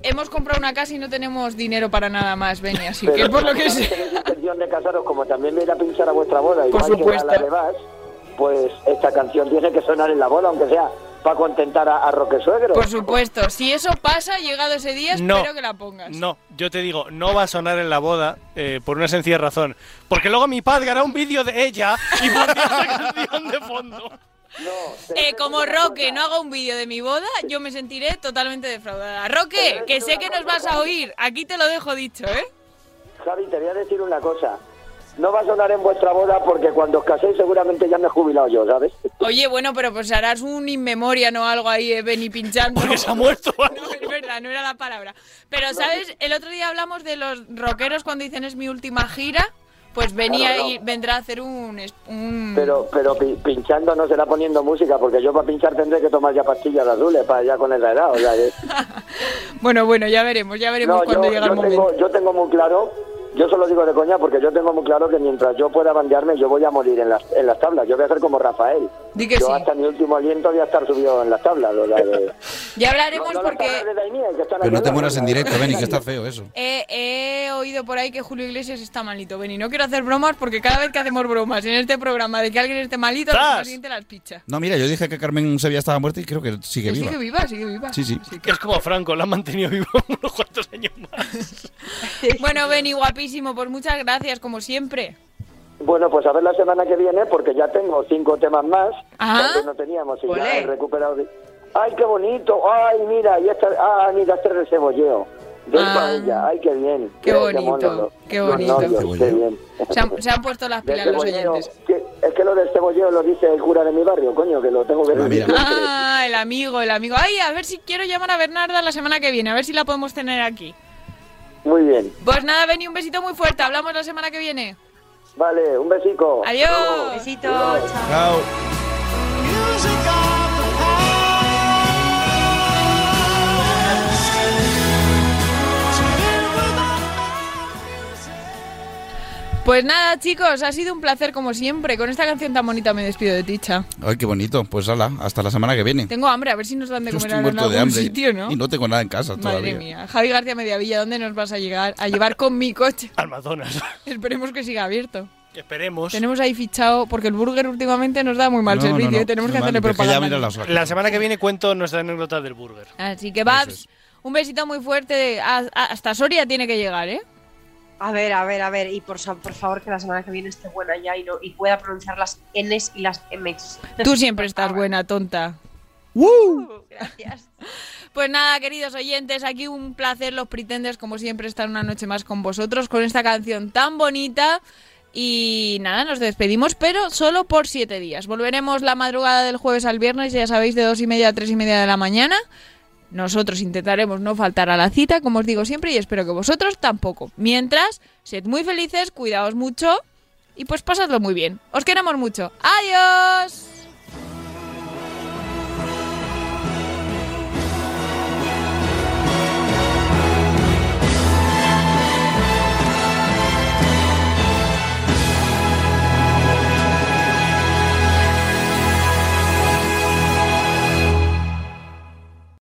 S13: hemos comprado una casa y no tenemos dinero para nada más, Benny, así
S15: Pero
S13: que por lo que
S15: si
S13: sé.
S15: tenéis intención de casaros, como también me irá a pinchar a vuestra boda,
S13: Por
S15: igual que a la
S13: supuesto.
S15: de Bas, pues esta canción tiene que sonar en la boda, aunque sea para contentar a, a Roque Suegro.
S13: Por supuesto, si eso pasa, llegado ese día,
S2: No.
S13: espero que la pongas.
S2: No, yo te digo, no va a sonar en la boda eh, por una sencilla razón. Porque luego mi padre hará un vídeo de ella y pondrá esa canción de fondo.
S13: Eh, como Roque no haga un vídeo de mi boda, yo me sentiré totalmente defraudada. Roque, que sé que nos vas a oír, aquí te lo dejo dicho, ¿eh?
S15: Javi, te voy a decir una cosa. No va a sonar en vuestra boda porque cuando os caséis seguramente ya me he jubilado yo, ¿sabes?
S13: Oye, bueno, pero pues harás un inmemoria o algo ahí, eh, Benny pinchando. Porque se ha
S2: muerto.
S13: No, es verdad, no era la palabra. Pero, ¿sabes? El otro día hablamos de los rockeros cuando dicen es mi última gira. Pues venía
S15: Claro, no.
S13: y vendrá a hacer un, es- un
S15: Pero pero pi- pinchando no será poniendo música porque yo para pinchar tendré que tomar ya pastillas azules para ya con esa edad. O sea, que-
S13: Bueno, bueno, ya veremos, ya veremos
S15: No,
S13: cuando
S15: yo,
S13: llegue el
S15: yo
S13: momento.
S15: tengo, yo tengo muy claro, yo solo digo de coña porque yo tengo muy claro que mientras yo pueda bandearme yo voy a morir en las, en las tablas. Yo voy a ser como Rafael.
S13: Di que
S15: yo
S13: sí.
S15: hasta mi último aliento voy a estar subido en las tablas. o sea, que-
S13: Ya hablaremos
S15: No, no,
S13: porque
S1: Pero no te mueras en directo, Benny, que está feo eso.
S13: he, he oído por ahí que Julio Iglesias está malito, Benny. No quiero hacer bromas porque cada vez que hacemos bromas en este programa de que alguien esté malito, la
S1: ¡Zas!
S13: semana siguiente las picha.
S1: No, mira, yo dije que Carmen Sevilla estaba muerta y creo que sigue viva.
S13: Sigue viva, sigue viva.
S1: Sí, sí.
S2: Es como Franco, la han mantenido vivo unos cuantos años más.
S13: Bueno, Benny, guapísimo, pues muchas gracias, como siempre.
S15: Bueno, pues a ver la semana que viene porque ya tengo cinco temas más
S13: Ah.
S15: que no teníamos y ya
S13: Olé.
S15: he recuperado. de- Ay, qué bonito. Ay, mira, y esta, ah, mira, este es de cebolleo. De
S13: Ah.
S15: paella. Ay, qué bien.
S13: Qué bonito,
S15: mono, ¿no?
S13: qué
S15: Los
S13: bonito.
S15: novios, qué bien.
S13: Se han, se han puesto las
S15: De
S13: pilas los
S15: cebolleo,
S13: oyentes.
S15: que- es que lo del cebolleo lo dice el cura de mi barrio, coño, que lo tengo que decir.
S13: Ah, el amigo, el amigo. Ay, a ver si quiero llamar a Bernarda la semana que viene, a ver si la podemos tener aquí.
S15: Muy bien.
S13: Pues nada, Benny, un besito muy fuerte. Hablamos la semana que viene.
S15: Vale, un besico.
S13: Adiós. Besito,
S1: Chao.
S13: Pues nada, chicos, ha sido un placer como siempre. Con esta canción tan bonita me despido de Ticha.
S1: Ay, qué bonito. Pues hala, hasta la semana que viene.
S13: Tengo hambre, a ver si nos dan de
S1: Yo
S13: comer
S1: estoy
S13: ahora en
S1: muerto
S13: algún
S1: de hambre.
S13: sitio, ¿no?
S1: Y no tengo nada en casa
S13: Madre
S1: todavía.
S13: mía. Javi García Mediavilla, ¿dónde nos vas a llegar a llevar con mi coche?
S2: Almazonas.
S13: Esperemos que siga abierto.
S2: Esperemos.
S13: Tenemos ahí fichado, porque el burger últimamente nos da muy mal
S2: No, no,
S13: servicio
S2: no.
S13: y tenemos que
S2: Mal,
S13: hacerle
S2: pero que ya
S13: propaganda.
S2: mira las vacas. La semana que viene cuento nuestra anécdota del burger.
S13: Así que, Babs, un besito muy fuerte. A- a- Hasta Soria tiene que llegar, ¿eh?
S3: A ver, a ver, a ver. Y por, sa- por favor, que la semana que viene esté buena ya y, no, y pueda pronunciar las Ns y las Mx.
S13: Tú siempre estás buena, tonta.
S3: Gracias.
S13: Pues nada, queridos oyentes, aquí un placer, los pretendes, como siempre, estar una noche más con vosotros con esta canción tan bonita. Y nada, nos despedimos, pero solo por siete días. Volveremos la madrugada del jueves al viernes, ya sabéis, de dos y media a tres y media de la mañana. Nosotros intentaremos no faltar a la cita, como os digo siempre, y espero que vosotros tampoco. Mientras, sed muy felices, cuidaos mucho y pues pasadlo muy bien. Os queremos mucho. ¡Adiós!